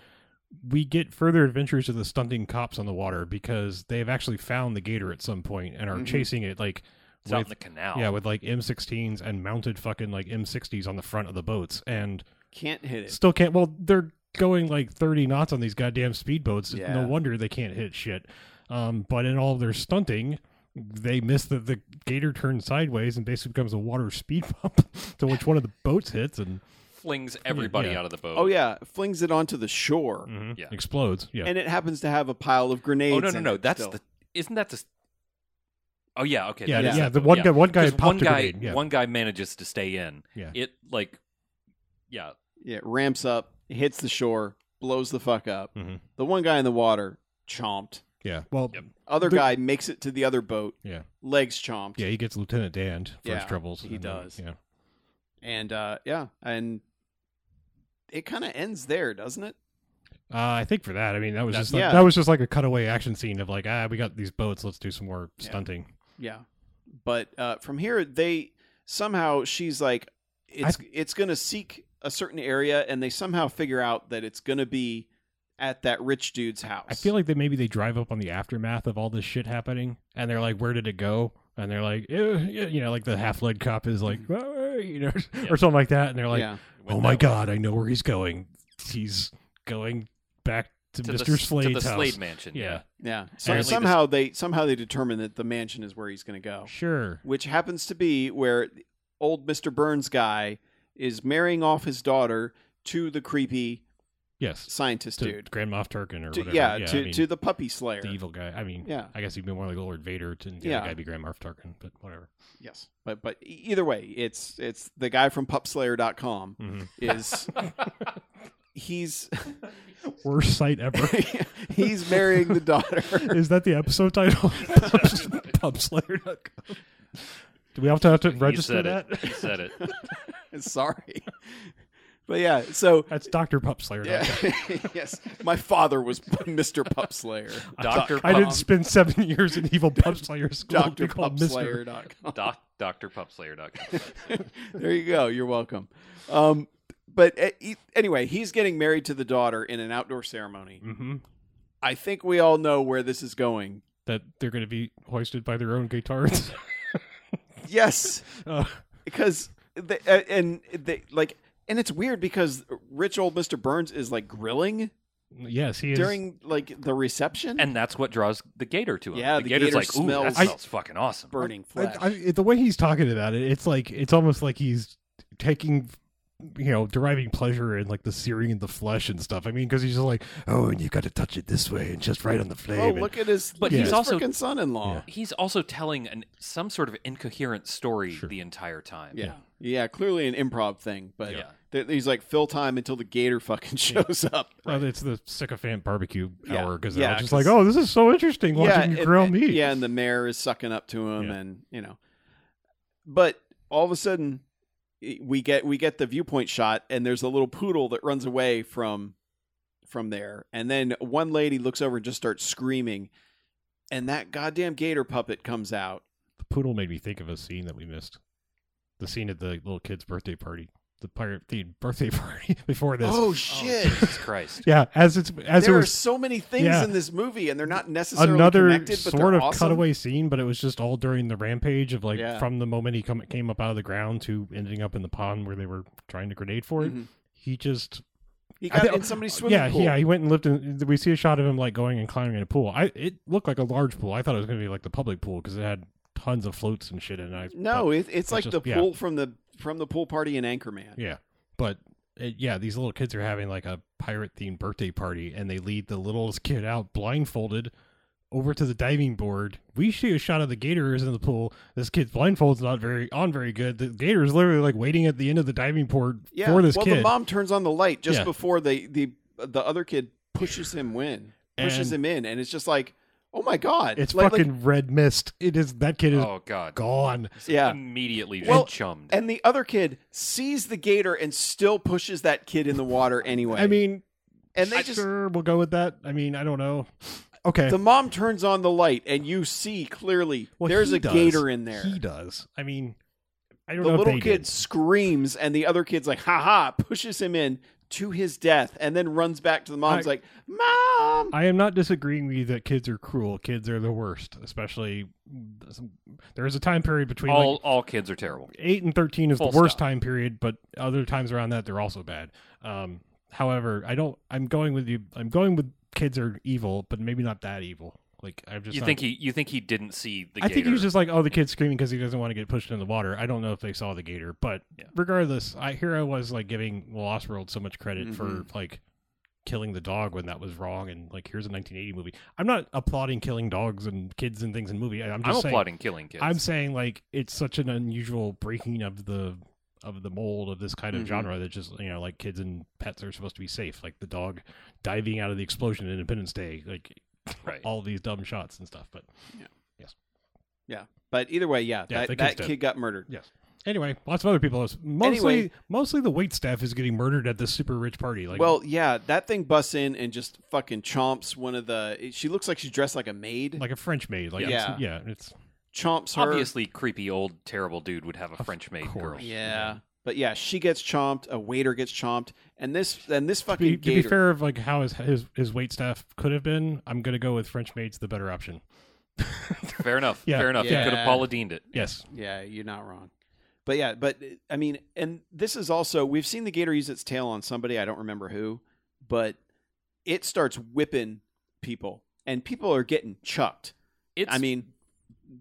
we get further adventures of the stunting cops on the water because they've actually found the gator at some point and are
Mhm.
chasing it like
Mm-hmm. It's out in
with-
the canal.
yeah with like M16s and mounted fucking like M60s on the front of the boats and
Can't hit it.
still can't. Well, they're going like 30 knots on these goddamn speedboats. No
Yeah.
wonder they can't hit shit. Um, but in all their stunting, they miss that the gator turns sideways and basically becomes a water speed [laughs] bump to which one of the boats hits and
Flings everybody
Yeah.
out of the boat.
Oh yeah, flings it onto the shore,
Yeah.
explodes. Mm, Yeah.
and it happens to have a pile of grenades.
Oh, no, no,
in
no.
it
That's
still.
the. Isn't that the. s- Oh, yeah. Okay.
yeah,
that is
yeah,
that
The one
yeah.
guy, one guy
'Cause
popped
one
a
guy,
grenade. Yeah,
one guy manages to stay in.
Yeah.
It, like, yeah.
yeah. It ramps up, hits the shore, blows the fuck up.
Mhm.
The one guy in the water chomped.
yeah. Well,
Yep.
Other
The-
guy makes it to the other boat.
Yeah.
legs chomped.
yeah, he gets Lieutenant Dan for his
Yeah,
troubles.
he
and then-
does.
Yeah,
and uh, yeah, and it kind of ends there, doesn't it?
uh, I think for that, I mean, that was
That-
just like,
yeah.
that was just like a cutaway action scene of like, ah, we got these boats, let's do some more
Yeah.
stunting.
Yeah. But uh, from here, they somehow she's like, it's it's gonna seek a certain area, and they somehow figure out that it's gonna be at that rich dude's house.
I feel like they maybe they drive up on the aftermath of all this shit happening, and they're like, "Where did it go?" And they're like, "Eh, yeah," you know, like the half lead cop is like, "Ah," you know, [laughs] or something like that, and they're like,
Mm-hmm. yeah,
"Oh my god, I know where he's going. He's going back to,
To
Mr.
the,
Slade's
to the
house."
Slade mansion.
yeah,
yeah. So
Apparently
somehow they somehow they determine that the mansion is where he's gonna go,
sure.
which happens to be where old Mister Burns guy is marrying off his daughter to the creepy
Yes,
scientist
to
dude.
Grand Moff Tarkin or
To-
whatever.
yeah, to
I mean,
to the puppy slayer.
the evil guy. I mean,
Yeah.
I guess he'd be more like Lord Vader, to, and the
Yeah.
other guy be Grand Moff Tarkin, but whatever.
Yes, but but e- either way, it's it's the guy from pupslayer.com
Mhm.
[laughs] is he's
[laughs]
[laughs]
Worst sight ever.
he's marrying the daughter.
[laughs]
[laughs]
Is that the episode title? Pubslayer.com. Do we have to have to
he
register
said
that?
It. He said
[laughs]
it.
Sorry, but yeah. So
That's Doctor Pubslayer.
yeah, [laughs] yes, my father was [laughs] Mister [laughs] Pupslayer.
Doctor
I didn't spend seven years in
[laughs]
evil Pubslayer school. to
Doctor
be called Mister.
Pupslayer.com.
Doc,
[laughs]
drpupslayer.com.
there you go. You're welcome. Um, but uh, e- anyway, he's getting married to the daughter in an outdoor ceremony.
hmm
I think we all know where this is going.
That they're going to be hoisted by their own
[laughs]
guitars.
Yes.
Uh,
because they, uh, and they like and it's weird because rich old Mr. Burns is like grilling
yes, he is.
during like the reception
And that's what draws the gator to him.
Yeah,
the,
the
gator's
gator
like, ooh, that
smells-
smells fucking awesome.
burning flesh.
I, I, the way he's talking about it, it's like it's almost like he's taking. You know, deriving pleasure in like the searing and the flesh and stuff. I mean, because he's just like, oh, and you got to touch it this way and just right on the flame.
oh,
and-
look at his
But
but he's
he's
also-
freaking son-in-law.
He's also telling an, some sort of incoherent story
Sure.
the entire time.
Yeah. Oh, yeah. clearly an improv thing, but
Yeah.
th- he's like fill time until the gator fucking [laughs] shows up.
Well, it's the sycophant barbecue
Yeah.
hour because
Yeah,
they're just like,
'cause-
oh, this is so interesting watching you
and-
grill
and-
meat.
Yeah, and the mayor is sucking up to him,
Yeah.
and you know, but all of a sudden, i- we get we get the viewpoint shot, and there's a little poodle that runs away from from there, and then one lady looks over and just starts screaming, and that goddamn gator puppet comes out.
The poodle made me think of a scene that we missed. The scene at the little kid's birthday party. the pirate themed birthday [laughs] party before this.
Oh
Oh,
shit!
Jesus Christ.
Yeah, as it's as
there
it
are
was
so many things
yeah.
in this movie, and they're not necessarily
another
connected, but
sort
they're
of
awesome.
cutaway scene, but it was just all during the rampage of like
Yeah.
from the moment he come, came up out of the ground to ending up in the pond where they were trying to grenade for it.
Mhm.
He just
He
I
got
think-
in somebody's swimming
yeah
pool.
yeah he went and lived in. We see a shot of him like going and climbing in a pool. I it looked like a large pool. I thought it was going to be like the public pool because it had tons of floats and shit. And I
no, it, it's like
just-
the
yeah.
pool from the from the pool party in Anchorman.
Yeah, but it, yeah, these little kids are having like a pirate themed birthday party, and they lead the littlest [laughs] kid out blindfolded over to the diving board. We see a shot of the gator is in the pool. This kid's blindfold's not very on very good. The gator is literally like waiting at the end of the diving board
Yeah.
for this
well,
kid.
the mom turns on the light just
Yeah.
before the the the other kid pushes him in, pushes
And-
him in, and it's just like, oh my god,
it's
like, like-
fucking red mist. It is that kid is
Oh God.
gone.
yeah.
Immediately
Well,
chummed.
and the other kid sees the gator and still pushes that kid in the water anyway.
I mean,
and they
I-
just
sure we'll go with that. I mean, I don't know. Okay,
the mom turns on the light and you see clearly
Well,
there's
he
a
does.
gator in there.
he does. I mean, I don't
the
know. if
little
they
kid
did.
screams and the other kid's like "ha ha!" pushes him in to his death and then runs back to the mom's
I-
like mom
I am not disagreeing with you that kids are cruel. Kids are the worst, especially there is a time period between
all
like,
all kids are terrible.
eight and thirteen is the
Full
worst
stop.
time period, but other times around that they're also bad. Um, however, I don't. I'm going with you. I'm going with kids are evil, but maybe not that evil. Like I've just
You
not-
think he you think he didn't see the
I
gator?
think he was just like, oh, the kid's screaming because he doesn't want to get pushed in the water. I don't know if they saw the gator, but
Yeah.
regardless, I here I was like giving Lost World so much credit for
Mhm.
Mm-hmm.
like killing the dog when that was wrong, and like here's a 1980 movie. I'm not applauding killing dogs and kids and things in movie. I- I'm
I'm
just saying,
applauding killing kids.
I'm saying like it's such an unusual breaking of the of the mold of this kind of
Mm-hmm.
Mhm.
genre that just you know like kids and pets are supposed to be safe, like the dog diving out of the explosion in Independence Day, like
Right.
all these dumb shots and stuff. But
but either way yeah,
Yeah, the
that,
kid's
that
dead.
kid got murdered
Anyway, lots of other people. Mostly,
Anyway.
mostly the wait staff is getting murdered at this super rich party. Like,
well yeah that thing busts in and just fucking chomps one of the she looks like she's dressed like a maid
like a French maid. Like,
Yeah.
it's, yeah, it's
chomps her
Obviously, creepy old terrible dude would have a
Of
French maid girl.
course.
yeah but yeah she gets chomped a waiter gets chomped and this and this
to
fucking
be, to be
gator
fair of like how his his, his wait staff could have been. I'm gonna go with French maid's the better option.
[laughs] Fair enough.
Yeah.
Fair enough.
Yeah.
He could have Paula Deened it.
Yes,
Yeah, you're not wrong. But yeah, but I mean, and this is also we've seen the gator use its tail on somebody. I don't remember who, but it starts whipping people, and people are getting chucked.
It's,
I mean,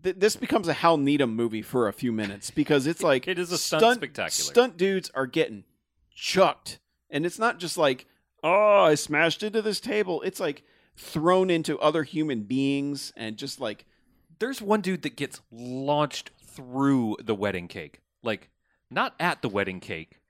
th- this becomes a Hal Needham movie for a few minutes
[laughs]
because it's like
It is a stunt spectacular.
Stunt dudes are getting chucked, and it's not just like oh, I smashed into this table. It's like thrown into other human beings and just like
there's one dude that gets launched through the wedding cake. Like, not at the wedding cake,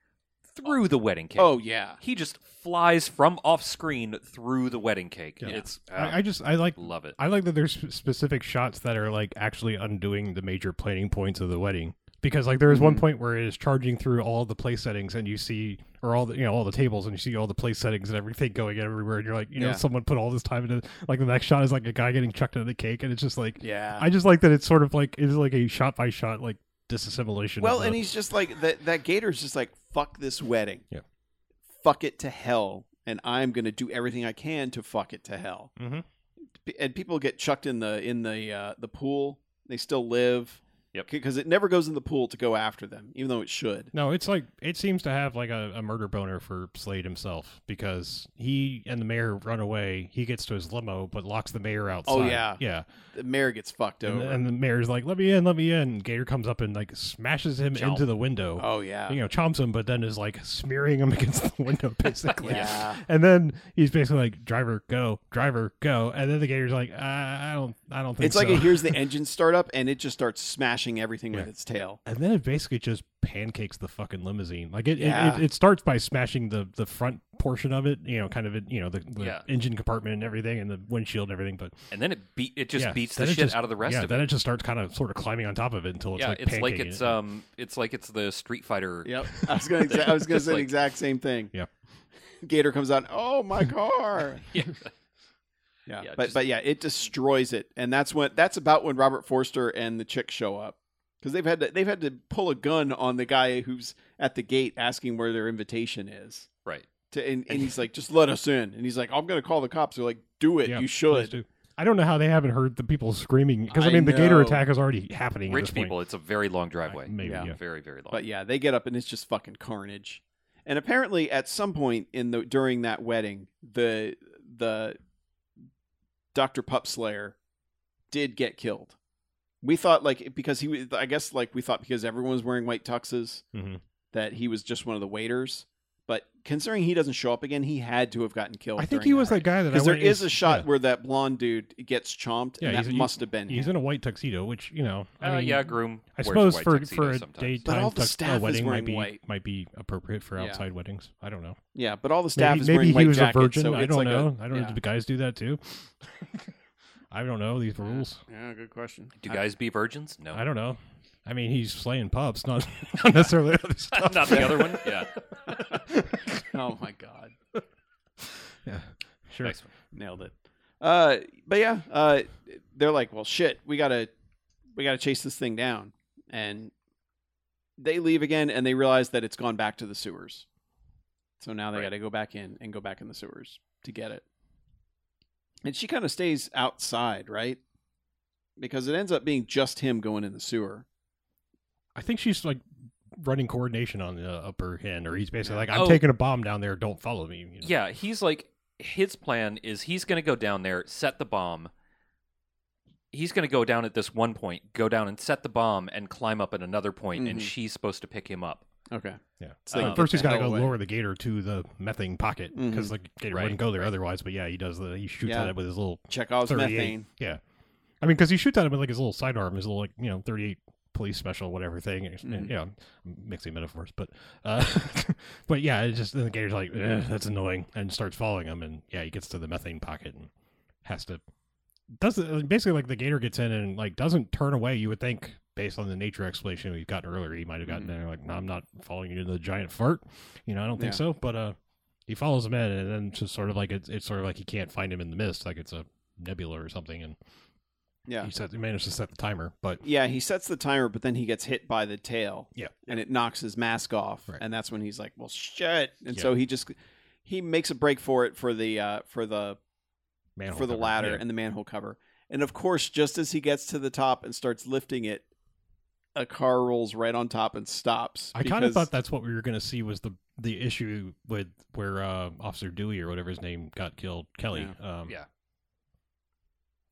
through the wedding cake.
oh yeah,
He just flies from off screen through the wedding cake.
Yeah.
It's
Ah.
ah,
I, I just I like
love it.
I like that there's sp- specific shots that are like actually undoing the major planning points of the wedding because like there is one
Mhm.
point where it is charging through all the place settings and you see or all the you know all the tables and you see all the place settings and everything going everywhere and you're like you know
Yeah.
someone put all this time into like the next shot is like a guy getting chucked into the cake and it's just like
yeah.
I just like that it's sort of like it's like a shot by shot like disassimilation.
Well,
of
and
the-
he's just like that. That Gator's just like fuck this wedding.
Yeah.
Fuck it to hell, and I'm gonna do everything I can to fuck it to hell.
Mhm.
P- And people get chucked in the in the uh, the pool. They still live.
Yep.
Because it never goes in the pool to go after them, even though it should.
No, it's like it seems to have like a, a murder boner for Slade himself because he and the mayor run away. He gets to his limo, but locks the mayor outside.
Oh, yeah.
yeah.
The mayor gets fucked
And,
over.
and the mayor's like, "Let me in, let me in." Gator comes up and like smashes him
Chomp.
into the window.
oh yeah.
You know, chomps him, but then is like smearing him [laughs] against the window, basically.
yeah.
And then he's basically like, "Driver, go! Driver, go!" And then the gator's like, "I, I don't, I don't think
It's
[laughs]
like
so."
it hears the engine start up and it just starts smashing everything with
Yeah.
its tail.
and then it basically just pancakes the fucking limousine. Like it,
Yeah.
it, it, it starts by smashing the the front portion of it, you know, kind of it, you know, the, the
Yeah.
engine compartment and everything, and the windshield and everything. But
And then it beat it just
yeah,
beats the
then it
shit
just-
out of the rest
yeah,
of
then
it.
it just starts kind of sort of climbing on top of it until it's
yeah,
like
it's like
pancaking
it's
it.
um it's like it's the Street Fighter [laughs]
Yep. I was gonna. Exa- I was gonna
Just
say the
like-
exact same thing.
Yep.
Gator comes out.
[laughs]
Oh my car.
Yeah.
Yeah,
Yeah,
but
just-
but yeah, it destroys it, and that's when that's about when Robert Forster and the chick show up. because they've had to they've had to pull a gun on the guy who's at the gate asking where their invitation is.
Right.
To, and,
[laughs]
and he's like, just let us in. And he's like, I'm gonna call the cops. They're like, do it.
Yeah,
you
please
should.
do. I don't know how they haven't heard the people screaming because I
I
mean the gator
know.
attack is already happening. at this
Rich
point.
people, it's a very long driveway.
I- maybe
Yeah.
yeah.
Very, very long.
But yeah, they get up and it's just fucking carnage. And apparently, at some point in the during that wedding, the the Doctor Pup Slayer did get killed. We thought like because he was, I guess like we thought because everyone was wearing white tuxes
Mhm.
that he was just one of the waiters. But considering he doesn't show up again, he had to have gotten killed.
I think he was that guy that I
because there
went-
is a shot
yeah.
where that blonde dude gets chomped,
Yeah,
and
he's-
that
he's-
must have been.
He's
him.
in a white tuxedo, which you know, I
uh,
mean,
yeah, groom.
I
wears a
suppose
white
for
tuxedo
for a
sometimes.
daytime
all the
tux-
staff
a
is
wedding might
wearing
be
white.
might be appropriate for
Yeah.
outside weddings. I don't know.
yeah, but all the staff
maybe
is
maybe
wearing
he
white
was
jackets.
a virgin.
so
I
it's
don't
like a-
know. I I don't know.
yeah.
Do guys do
[laughs]
that too? I don't know these rules.
Yeah, good question.
Do guys be virgins? No. [laughs]
I don't know. I mean, he's slaying pups, not, [laughs] not necessarily
[laughs]
other stuff.
Not the other
[laughs]
one. Yeah.
Oh my god.
Yeah, sure.
Next one.
Nailed it. Uh, but yeah, uh, they're like, well, shit, we gotta, we gotta chase this thing down, and they leave again, and they realize that it's gone back to the sewers. So now they
Right.
gotta go back in and go back in the sewers to get it. And she kind of stays outside, right? Because it ends up being just him going in the sewer.
I think she's like running coordination on the uh, upper hand, or he's basically like, "I'm
Oh.
taking a bomb down there. Don't follow me." you know?
Yeah, he's like his plan is he's going to go down there, set the bomb. He's going to go down at this one point, go down and set the bomb and climb up at another point and
Mhm.
she's supposed to pick him up.
Okay.
yeah.
So
Like,
get
first, he's
the
got to go
hell away.
lower the gator to the methane pocket because
Mhm.
the gator
Right,
wouldn't go there
right.
otherwise. But yeah, he does the he shoots
Yeah.
at it with his little
Chekhov's
38.
methane.
Yeah, I mean, because he shoots at him with like his little sidearm, his little like you know thirty-eight police special whatever thing. And, and,
Mhm.
yeah, I'm mixing metaphors, but uh, [laughs] but yeah, it's just the gator's like "Eh, that's annoying and starts following him, and yeah, he gets to the methane pocket and has to does not basically like the gator gets in and like doesn't turn away. You would think based on the nature explanation we've gotten earlier, he might have gotten
Mhm.
there like no, I'm not following you to the giant fart. You know, I don't think
Yeah.
so, but uh. He follows him in, and then just sort of like it's, it's sort of like he can't find him in the mist, like it's a nebula or something, and
Yeah.
he set, he managed to set the timer, but
Yeah, he sets the timer, but then he gets hit by the tail.
Yeah.
And it knocks his mask off.
Right.
And that's when he's like, Well shit. And
Yeah.
so he just he makes a break for it for the uh for the
manhole
for the
cover.
ladder
Yeah.
and the manhole cover. And of course, just as he gets to the top and starts lifting it, a car rolls right on top and stops.
I kind of
because-
thought that's what we were going to see was the the issue with where uh, Officer Dewey or whatever his name got killed, Kelly. um,
Yeah.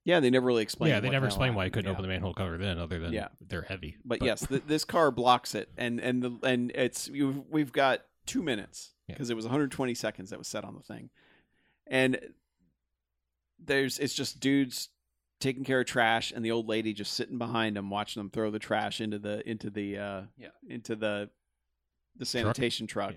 Yeah, they never really explained.
yeah, they
what
never
the hell
explained why he
happened.
couldn't
Yeah.
open the manhole cover then, other than
Yeah.
they're heavy.
But, yes, th- this car blocks it, and and the and it's you've, we've got two minutes
Yeah.
because it was 120 seconds that was set on the thing, and there's it's just dudes taking care of trash, and the old lady just sitting behind them watching them throw the trash into the into the uh,
Yeah.
into the the sanitation truck.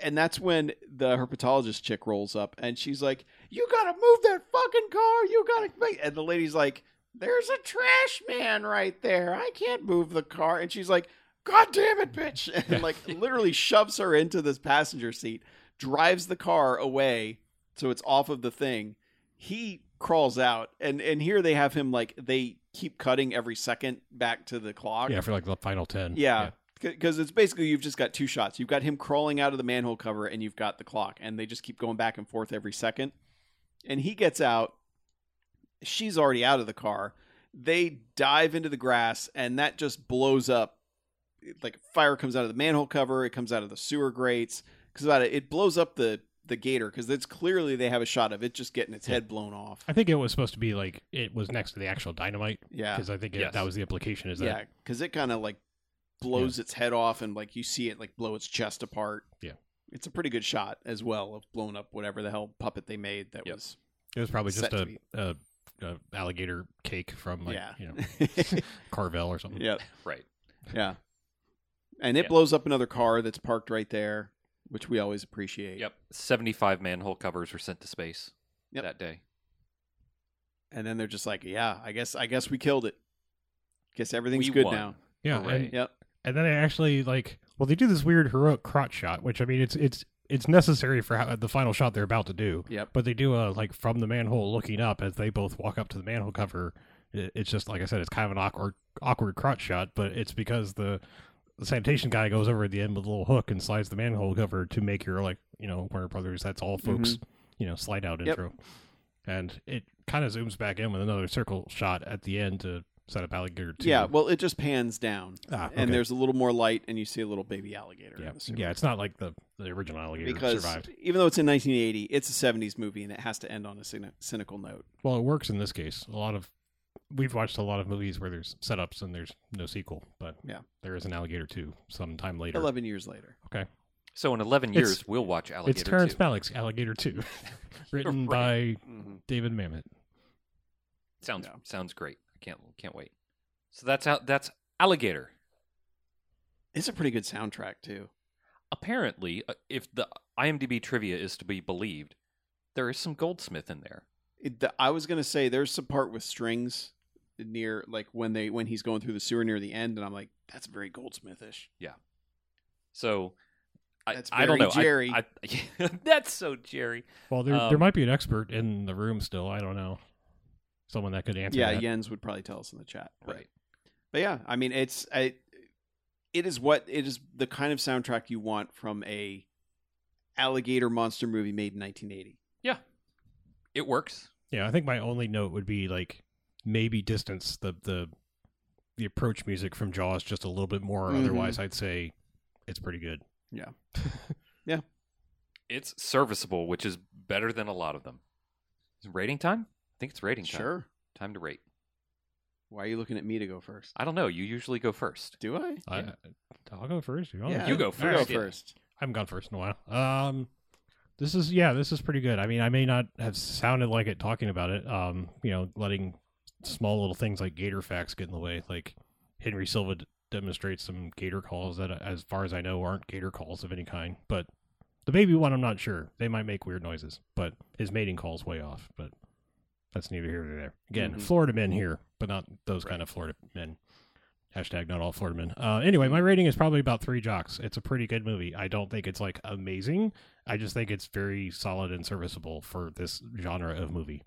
And that's when the herpetologist chick rolls up and she's like, You gotta move that fucking car. You gotta make. And the lady's like, There's a trash man right there. I can't move the car. And she's like, God damn it, bitch. [laughs] And like literally shoves her into this passenger seat, drives the car away so it's off of the thing. He crawls out. And, and here they have him like, they keep cutting every second back to the clock.
yeah, for like the final ten.
Yeah. Because it's basically you've just got two shots. You've got him crawling out of the manhole cover, and you've got the clock, and they just keep going back and forth every second. And he gets out. She's already out of the car. They dive into the grass, and that just blows up. It- Like fire comes out of the manhole cover. It comes out of the sewer grates. Because about it, it blows up the the gator. Because it's clearly they have a shot of it just getting its
Yeah.
head blown off.
I think it was supposed to be like it was next to the actual dynamite
Yeah,
because I think it,
Yes.
that was the implication. Is that
yeah. Because it kind of like blows its head off, and like you see it like blow its chest apart.
Yeah.
it's a pretty good shot as well of blowing up whatever the hell puppet they made that
Yep.
was.
it was probably just
Set to
a,
be.
a, a alligator cake from like
yeah,
you know
[laughs]
Carvel or something.
yeah,
Right.
yeah. And it
Yeah.
blows up another car that's parked right there, which we always appreciate.
Yep. 75 manhole covers were sent to space
Yep.
that day.
And then they're just like, "Yeah, I guess, I guess we killed it. Guess everything's
We
good
won.
now."
Yeah,
Hooray.
and-
Yep.
and then they actually like well they do this weird heroic crotch shot which i mean it's it's it's necessary for how, the final shot they're about to do uh,
Yep.
but they do a like from the manhole looking up as they both walk up to the manhole cover It- It's just like I said, it's kind of an awkward awkward crotch shot, but it's because the, the sanitation guy goes over at the end with a little hook and slides the manhole cover to make your like you know Warner Brothers. That's all, folks. You know, slide out
Mm-hmm. Yep.
intro, and it kind of zooms back in with another circle shot at the end to set up alligator. Two.
Yeah, well, it just pans down,
Ah,
and
okay.
there's a little more light, and you see a little baby alligator.
yeah,
I'm assuming.
yeah, it's not like the the original alligator
because
survived.
even though it's in 1980, it's a 70s movie, and it has to end on a cyni- cynical note.
Well, it works in this case. A lot of we've watched a lot of movies where there's setups and there's no sequel, but
Yeah.
there is an alligator two sometime later.
Eleven years later,
So in 11 years,
It's-
we'll watch Alligator
it's Terrence
2.
Malick's Alligator Two, [laughs] written by David Mamet.
Sounds
Yeah.
sounds great. I can't can't wait. So that's out. That's Alligator.
it's a pretty good soundtrack too.
Apparently, uh, if the IMDb trivia is to be believed, there is some Goldsmith in there.
It, the, I was gonna say there's some part with strings near, like when they when he's going through the sewer near the end, and I'm like, that's very Goldsmithish.
So I,
That's
I don't
very
know. I-
Jerry.
I, [laughs] that's so Jerry.
Well, there there
Um,
might be an expert in the room still. I don't know. Someone that could answer.
yeah,
that.
Jens would probably tell us in the chat, but-
Right.
But yeah, I mean, it's I, it is what it is the kind of soundtrack you want from a alligator monster movie made in 1980.
It works.
Yeah, I think my only note would be like maybe distance the the the approach music from Jaws just a little bit more.
Mhm.
Otherwise, I'd say it's pretty good.
It's serviceable, which is better than a lot of them. Is it rating time? I think it's rating time.
Sure.
Time to rate.
Why are you looking at me to go first?
I don't know. You usually go first.
Do I?
I, uh, I'll go first. if you want.
Yeah,
Oh, You go
You
first,
go
yeah.
first.
I haven't gone first in a while. Um, this is yeah, this is pretty good. I mean, I may not have sounded like it talking about it. Um, you know, letting small little things like gator facts get in the way. Like Henry Silva d- demonstrates some gator calls that, as far as I know, aren't gator calls of any kind. But the baby one, I'm not sure. They might make weird noises, but his mating calls way off. But that's neither here nor there. Again,
Mhm.
Florida men here, but not those kind of Florida men. Hashtag not all Florida men. Uh, anyway, my rating is probably about three jocks. It's a pretty good movie. I don't think it's like amazing. I just think it's very solid and serviceable for this genre of movie.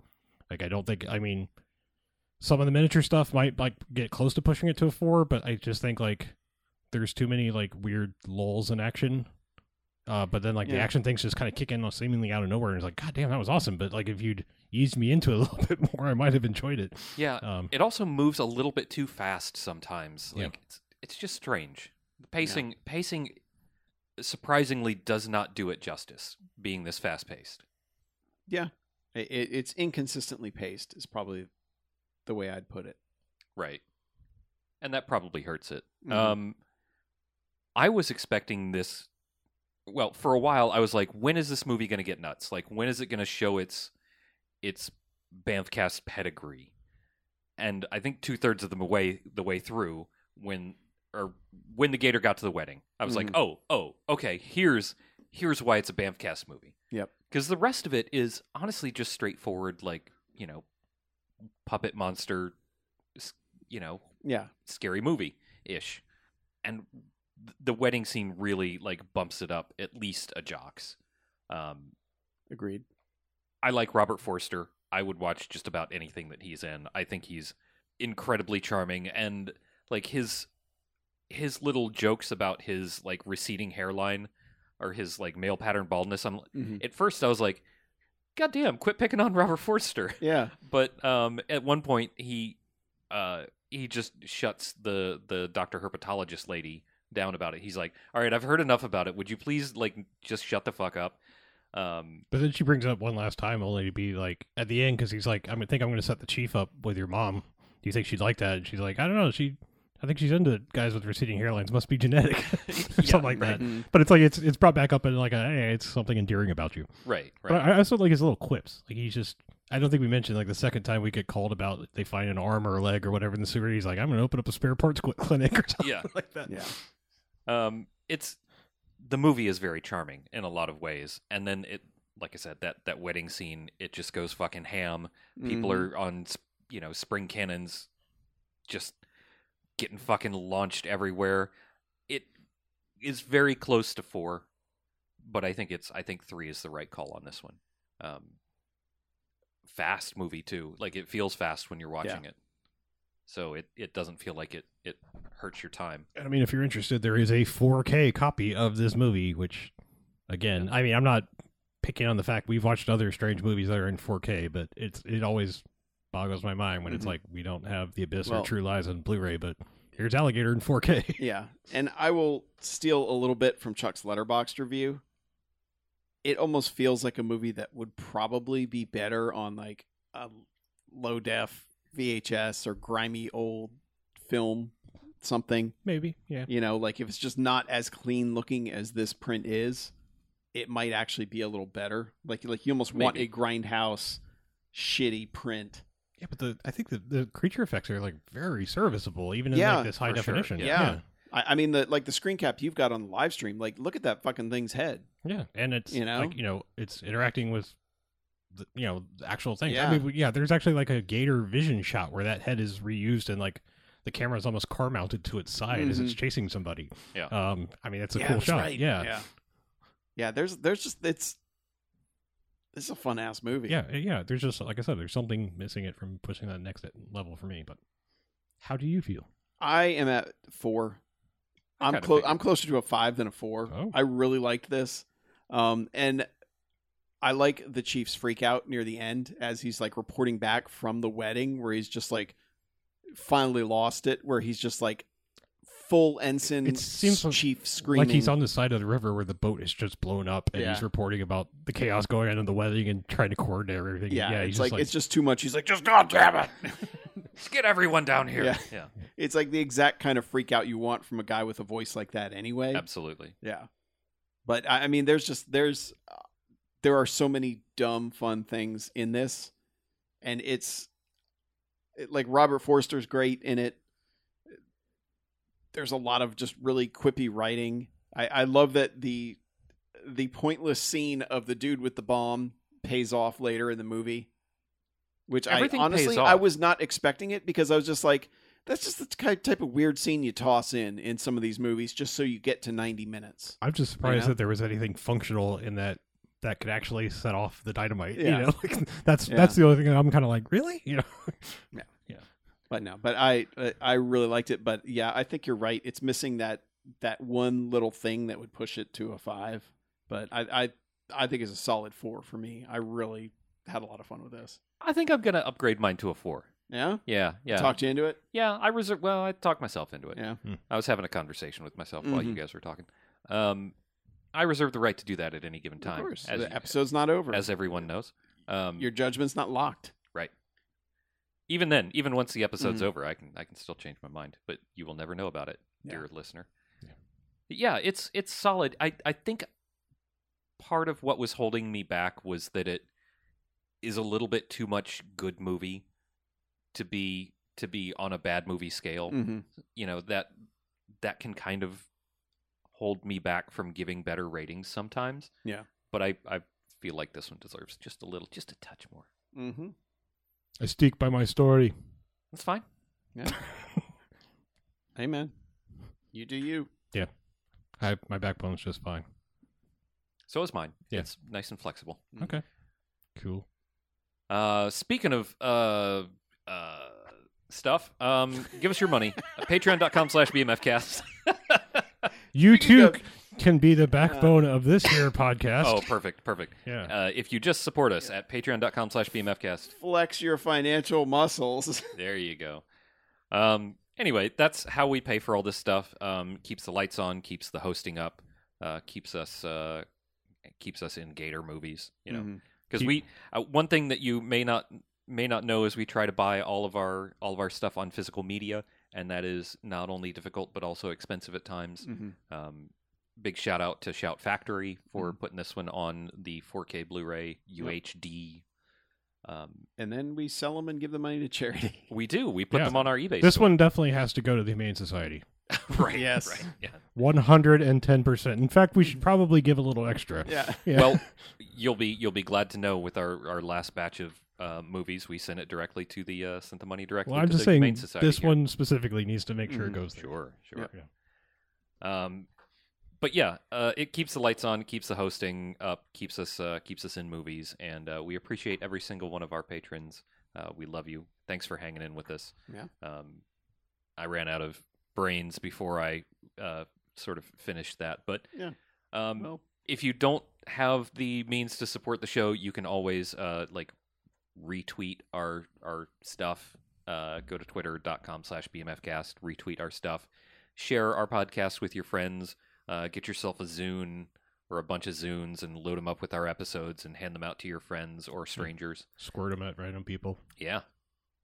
Like, I don't think, I mean, some of the miniature stuff might like get close to pushing it to a four, but I just think like there's too many like weird lulls in action. Uh, but then like the
Yeah.
action things just kind of kick in seemingly out of nowhere, and it's like, God damn, that was awesome. But like if you'd eased me into it a [laughs] little bit more, I might have enjoyed it.
Yeah.
Um,
it also moves a little bit too fast sometimes.
Yeah.
Like it's it's just strange. The pacing pacing surprisingly does not do it justice being this fast paced.
It, it- it's inconsistently paced is probably the way I'd put it.
Right. And that probably hurts it.
Mhm.
Um I was expecting this well, for a while I was like when is this movie going to get nuts? Like when is it going to show its its Banffcast pedigree? And I think two-thirds of the way the way through when or when the gator got to the wedding, I was like, "Oh, oh, okay, here's here's why it's a Banffcast movie."
Yep.
Cuz the rest of it is honestly just straightforward like, you know, puppet monster s- you know,
Yeah,
scary movie ish. And th- the wedding scene really like bumps it up at least a jocks. Um,
agreed.
I like Robert Forster. I would watch just about anything that he's in. I think he's incredibly charming and like his his little jokes about his like receding hairline or his like male pattern baldness. I'm
Mhm.
at first I was like, God damn, quit picking on Robert Forster
Yeah,
but um, at one point he uh, he just shuts the the doctor herpetologist lady down about it. He's like, "All right, I've heard enough about it. Would you please like just shut the fuck up?" Um,
But then she brings it up one last time, only to be like at the end because he's like, "I'm gonna think I'm gonna set the chief up with your mom. Do you think she'd like that?" And she's like, "I don't know. She, I think she's into guys with receding hairlines. Must be genetic, [laughs] or something like that."
Mhm.
But it's like it's it's brought back up and like, hey, it's something endearing about you.
right,
But
right.
I I also like his little quips. Like he's just. I don't think we mentioned like the second time we get called about they find an arm or a leg or whatever in the sewer. He's like, "I'm gonna open up a spare parts qu- [laughs] clinic or something
Yeah.
like that."
yeah.
Um, it's the movie is very charming in a lot of ways, and then it, like I said, that that wedding scene, it just goes fucking ham. People
Mm-hmm.
are on, s- you know, spring cannons, just getting fucking launched everywhere. It is very close to four, but I think it's I think three is the right call on this one. Um, fast movie too, like it feels fast when you're watching it. so it, it doesn't feel like it, it hurts your time.
And I mean, if you're interested, there is a 4K copy of this movie, which, again, I mean, I'm not picking on the fact we've watched other strange movies that are in 4K, but it's it always boggles my mind when it's
Mhm.
like we don't have The Abyss
Well-
or True Lies on Blu-ray, but here's Alligator in 4K.
Yeah, and I will steal a little bit from Chuck's letterboxed review. It almost feels like a movie that would probably be better on like a low def VHS or grimy old film something.
Maybe, yeah.
You know, like if it's just not as clean looking as this print is, it might actually be a little better. Like like you almost want a
Maybe.
grindhouse shitty print.
Yeah, but the I think the, the creature effects are like very serviceable, even in
Yeah,
like this high
for sure.
definition.
Yeah. I, I mean the like the screen cap you've got on the live stream, like look at that fucking thing's head.
yeah, and it's
You know?
like you know it's interacting with. The, you know the actual things.
Yeah.
I mean, yeah. There's actually like a gator vision shot where that head is reused and like the camera is almost car mounted to its side as it's chasing somebody.
Yeah.
Um. I mean, that's a
yeah,
cool
that's
shot.
right.
Yeah.
yeah.
Yeah, there's there's just it's this is a fun ass movie.
Yeah, yeah. There's just like I said, there's something missing it from pushing that next level for me. But how do you feel?
I am at four.
I
I'm
kinda
close.
figured.
I'm closer to a five than a four.
Oh.
I really liked this, um, and I like the chief's freak out near the end as he's like reporting back from the wedding, where he's just like finally lost it, where he's just like full ensign.
It seems like-
chief screaming.
Like he's on the side of the river where the boat is just blown up, and he's
Yeah.
reporting about the chaos going on in the wedding and trying to coordinate everything.
yeah,
yeah.
it's
he's
like,
just like
it's just too much. He's like,
Just God damn it.
[laughs] Just get everyone down here.
Yeah.
yeah
it's like the exact kind of freak out you want from a guy with a voice like that, anyway.
absolutely.
Yeah. But I I mean, there's just there's uh, there are so many dumb fun things in this, and it's it, like Robert Forster's great in it. There's a lot of just really quippy writing. I, I love that the the pointless scene of the dude with the bomb pays off later in the movie, which
Everything
I
pays
honestly
off.
I was not expecting it because I was just like, that's just the ki- type of weird scene you toss in in some of these movies just so you get to 90 minutes.
I'm just surprised
know?
that there was anything functional in that that could actually set off the dynamite.
Yeah.
You know, [laughs] Like, that's
Yeah.
that's the only thing that I'm kind of like, really? [laughs] You know,
But no, but I I- I really liked it, but yeah, I think you're right. It's missing that that one little thing that would push it to a 5, but I I I think it's a solid 4 for me. I really had a lot of fun with this.
I think I'm gonna upgrade mine to a four.
Yeah?
Yeah, yeah,
Talked you into it?
yeah. I reserve. Well, I talked myself into it.
Yeah.
I was having a conversation with myself while you
Mhm.
guys were talking. Um, I reserve the right to do that at any given time,
Of course.
as e-,
the episode's not over.
as everyone knows. Um,
Your judgment's not locked.
even then, even once the episode's
Mhm.
over, I can I can still change my mind, but you will never know about it,
Yeah.
dear listener.
Yeah.
Yeah, it's it's solid. I I think part of what was holding me back was that it is a little bit too much good movie to be to be on a bad movie scale.
Mhm.
You know, that that can kind of hold me back from giving better ratings sometimes.
Yeah.
But I I feel like this one deserves just a little just a touch more.
Mhm.
I stick by my story.
That's fine.
Hey man. You do you.
I, my backbone's just fine.
So is mine.
Yeah.
It's nice and flexible.
Mhm.
Okay, cool.
Uh, speaking of uh, uh, stuff, um, give us your money. Patreon.com slash BMFcast.
You
Speaking
too
of- uh,
c- can be the backbone of this here podcast.
[laughs] oh, perfect, perfect.
yeah.
Uh, if you just support us at patreon.com slash BMFcast,
Flex your financial muscles.
there you go. Um, anyway, that's how we pay for all this stuff. Um, keeps the lights on, keeps the hosting up, uh, keeps us uh, keeps us in Gator movies, [laughs] you
Mm-hmm.
know.
Mhm.
because
Keep-
we uh, one thing that you may not may not know is we try to buy all of our all of our stuff on physical media and that is not only difficult but also expensive at times
Mhm.
Mm.
um, big shout out to shout factory
Mm-hmm.
for putting this one on the 4k blu-ray uhd um,
And then we sell them and give the money to charity.
we do we put
Yeah.
them on our ebay
this
store.
one definitely has to go to the Humane Society.
[laughs] right
Yes.
right yeah
110%. In fact, we should probably give a little extra.
Yeah.
Yeah. [laughs]
well you'll be you'll be glad to know with our our last batch of uh, movies we sent it directly to the uh, sent the money directly
Well, I'm
to
just
the
saying
Humane Society
this
here.
one specifically needs to make sure
Mhm.
it goes there.
Mm, sure sure
Yep.
Um, but yeah, uh, it keeps the lights on, keeps the hosting up, keeps us uh, keeps us in movies, and uh, we appreciate every single one of our patrons. Uh, we love you. Thanks for hanging in with us.
Yeah.
Um, I ran out of brains before I uh, sort of finished that, but
Yeah.
Um,
Well,
if you don't have the means to support the show, you can always uh, like retweet our our stuff. Uh, go to twitter.com slash bmfcast, retweet our stuff, share our podcast with your friends, uh, get yourself a Zune or a bunch of Zunes and load them up with our episodes and hand them out to your friends or strangers.
Squirt them at random people.
Yeah,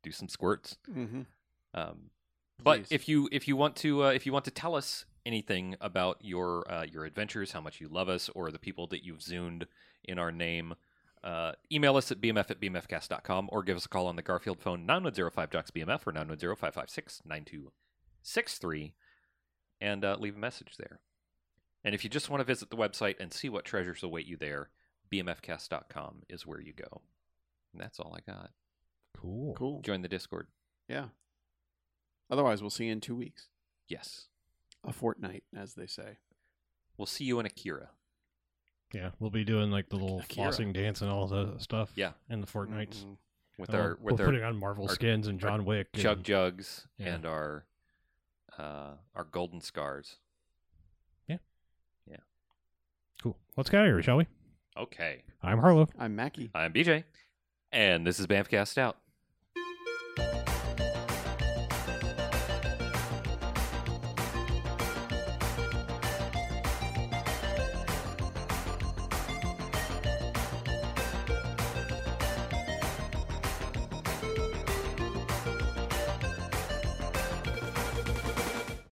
do some squirts.
mm-hmm.
Um, but
Please.
if you if you want to uh, if you want to tell us anything about your uh, your adventures, how much you love us, or the people that you've zoomed in our name, uh, email us at bmf at bmfcast.com or give us a call on the Garfield phone 9105 jocks BMF or 9105569263 and uh, leave a message there. And if you just want to visit the website and see what treasures await you there, bmfcast.com is where you go. And that's all I got.
Cool.
cool.
Join the Discord.
Yeah. Otherwise, we'll see you in two weeks,
Yes.
a fortnight, as they say.
We'll see you in Akira.
Yeah, we'll be doing like the little
Akira.
flossing dance and all the stuff.
Yeah. Mm-hmm.
and the Fortnites.
Mhm.
with
And
our
Oh, we'll,
with
we're
our
putting on Marvel
our-
skins and
our
John Wick.
chug
and-
jugs
Yeah.
and our uh our golden scars.
Cool. Let's get out of here, shall we?
Okay.
I'm Harlow.
I'm Mackie.
I'm BJ. And this is Bamfcast out.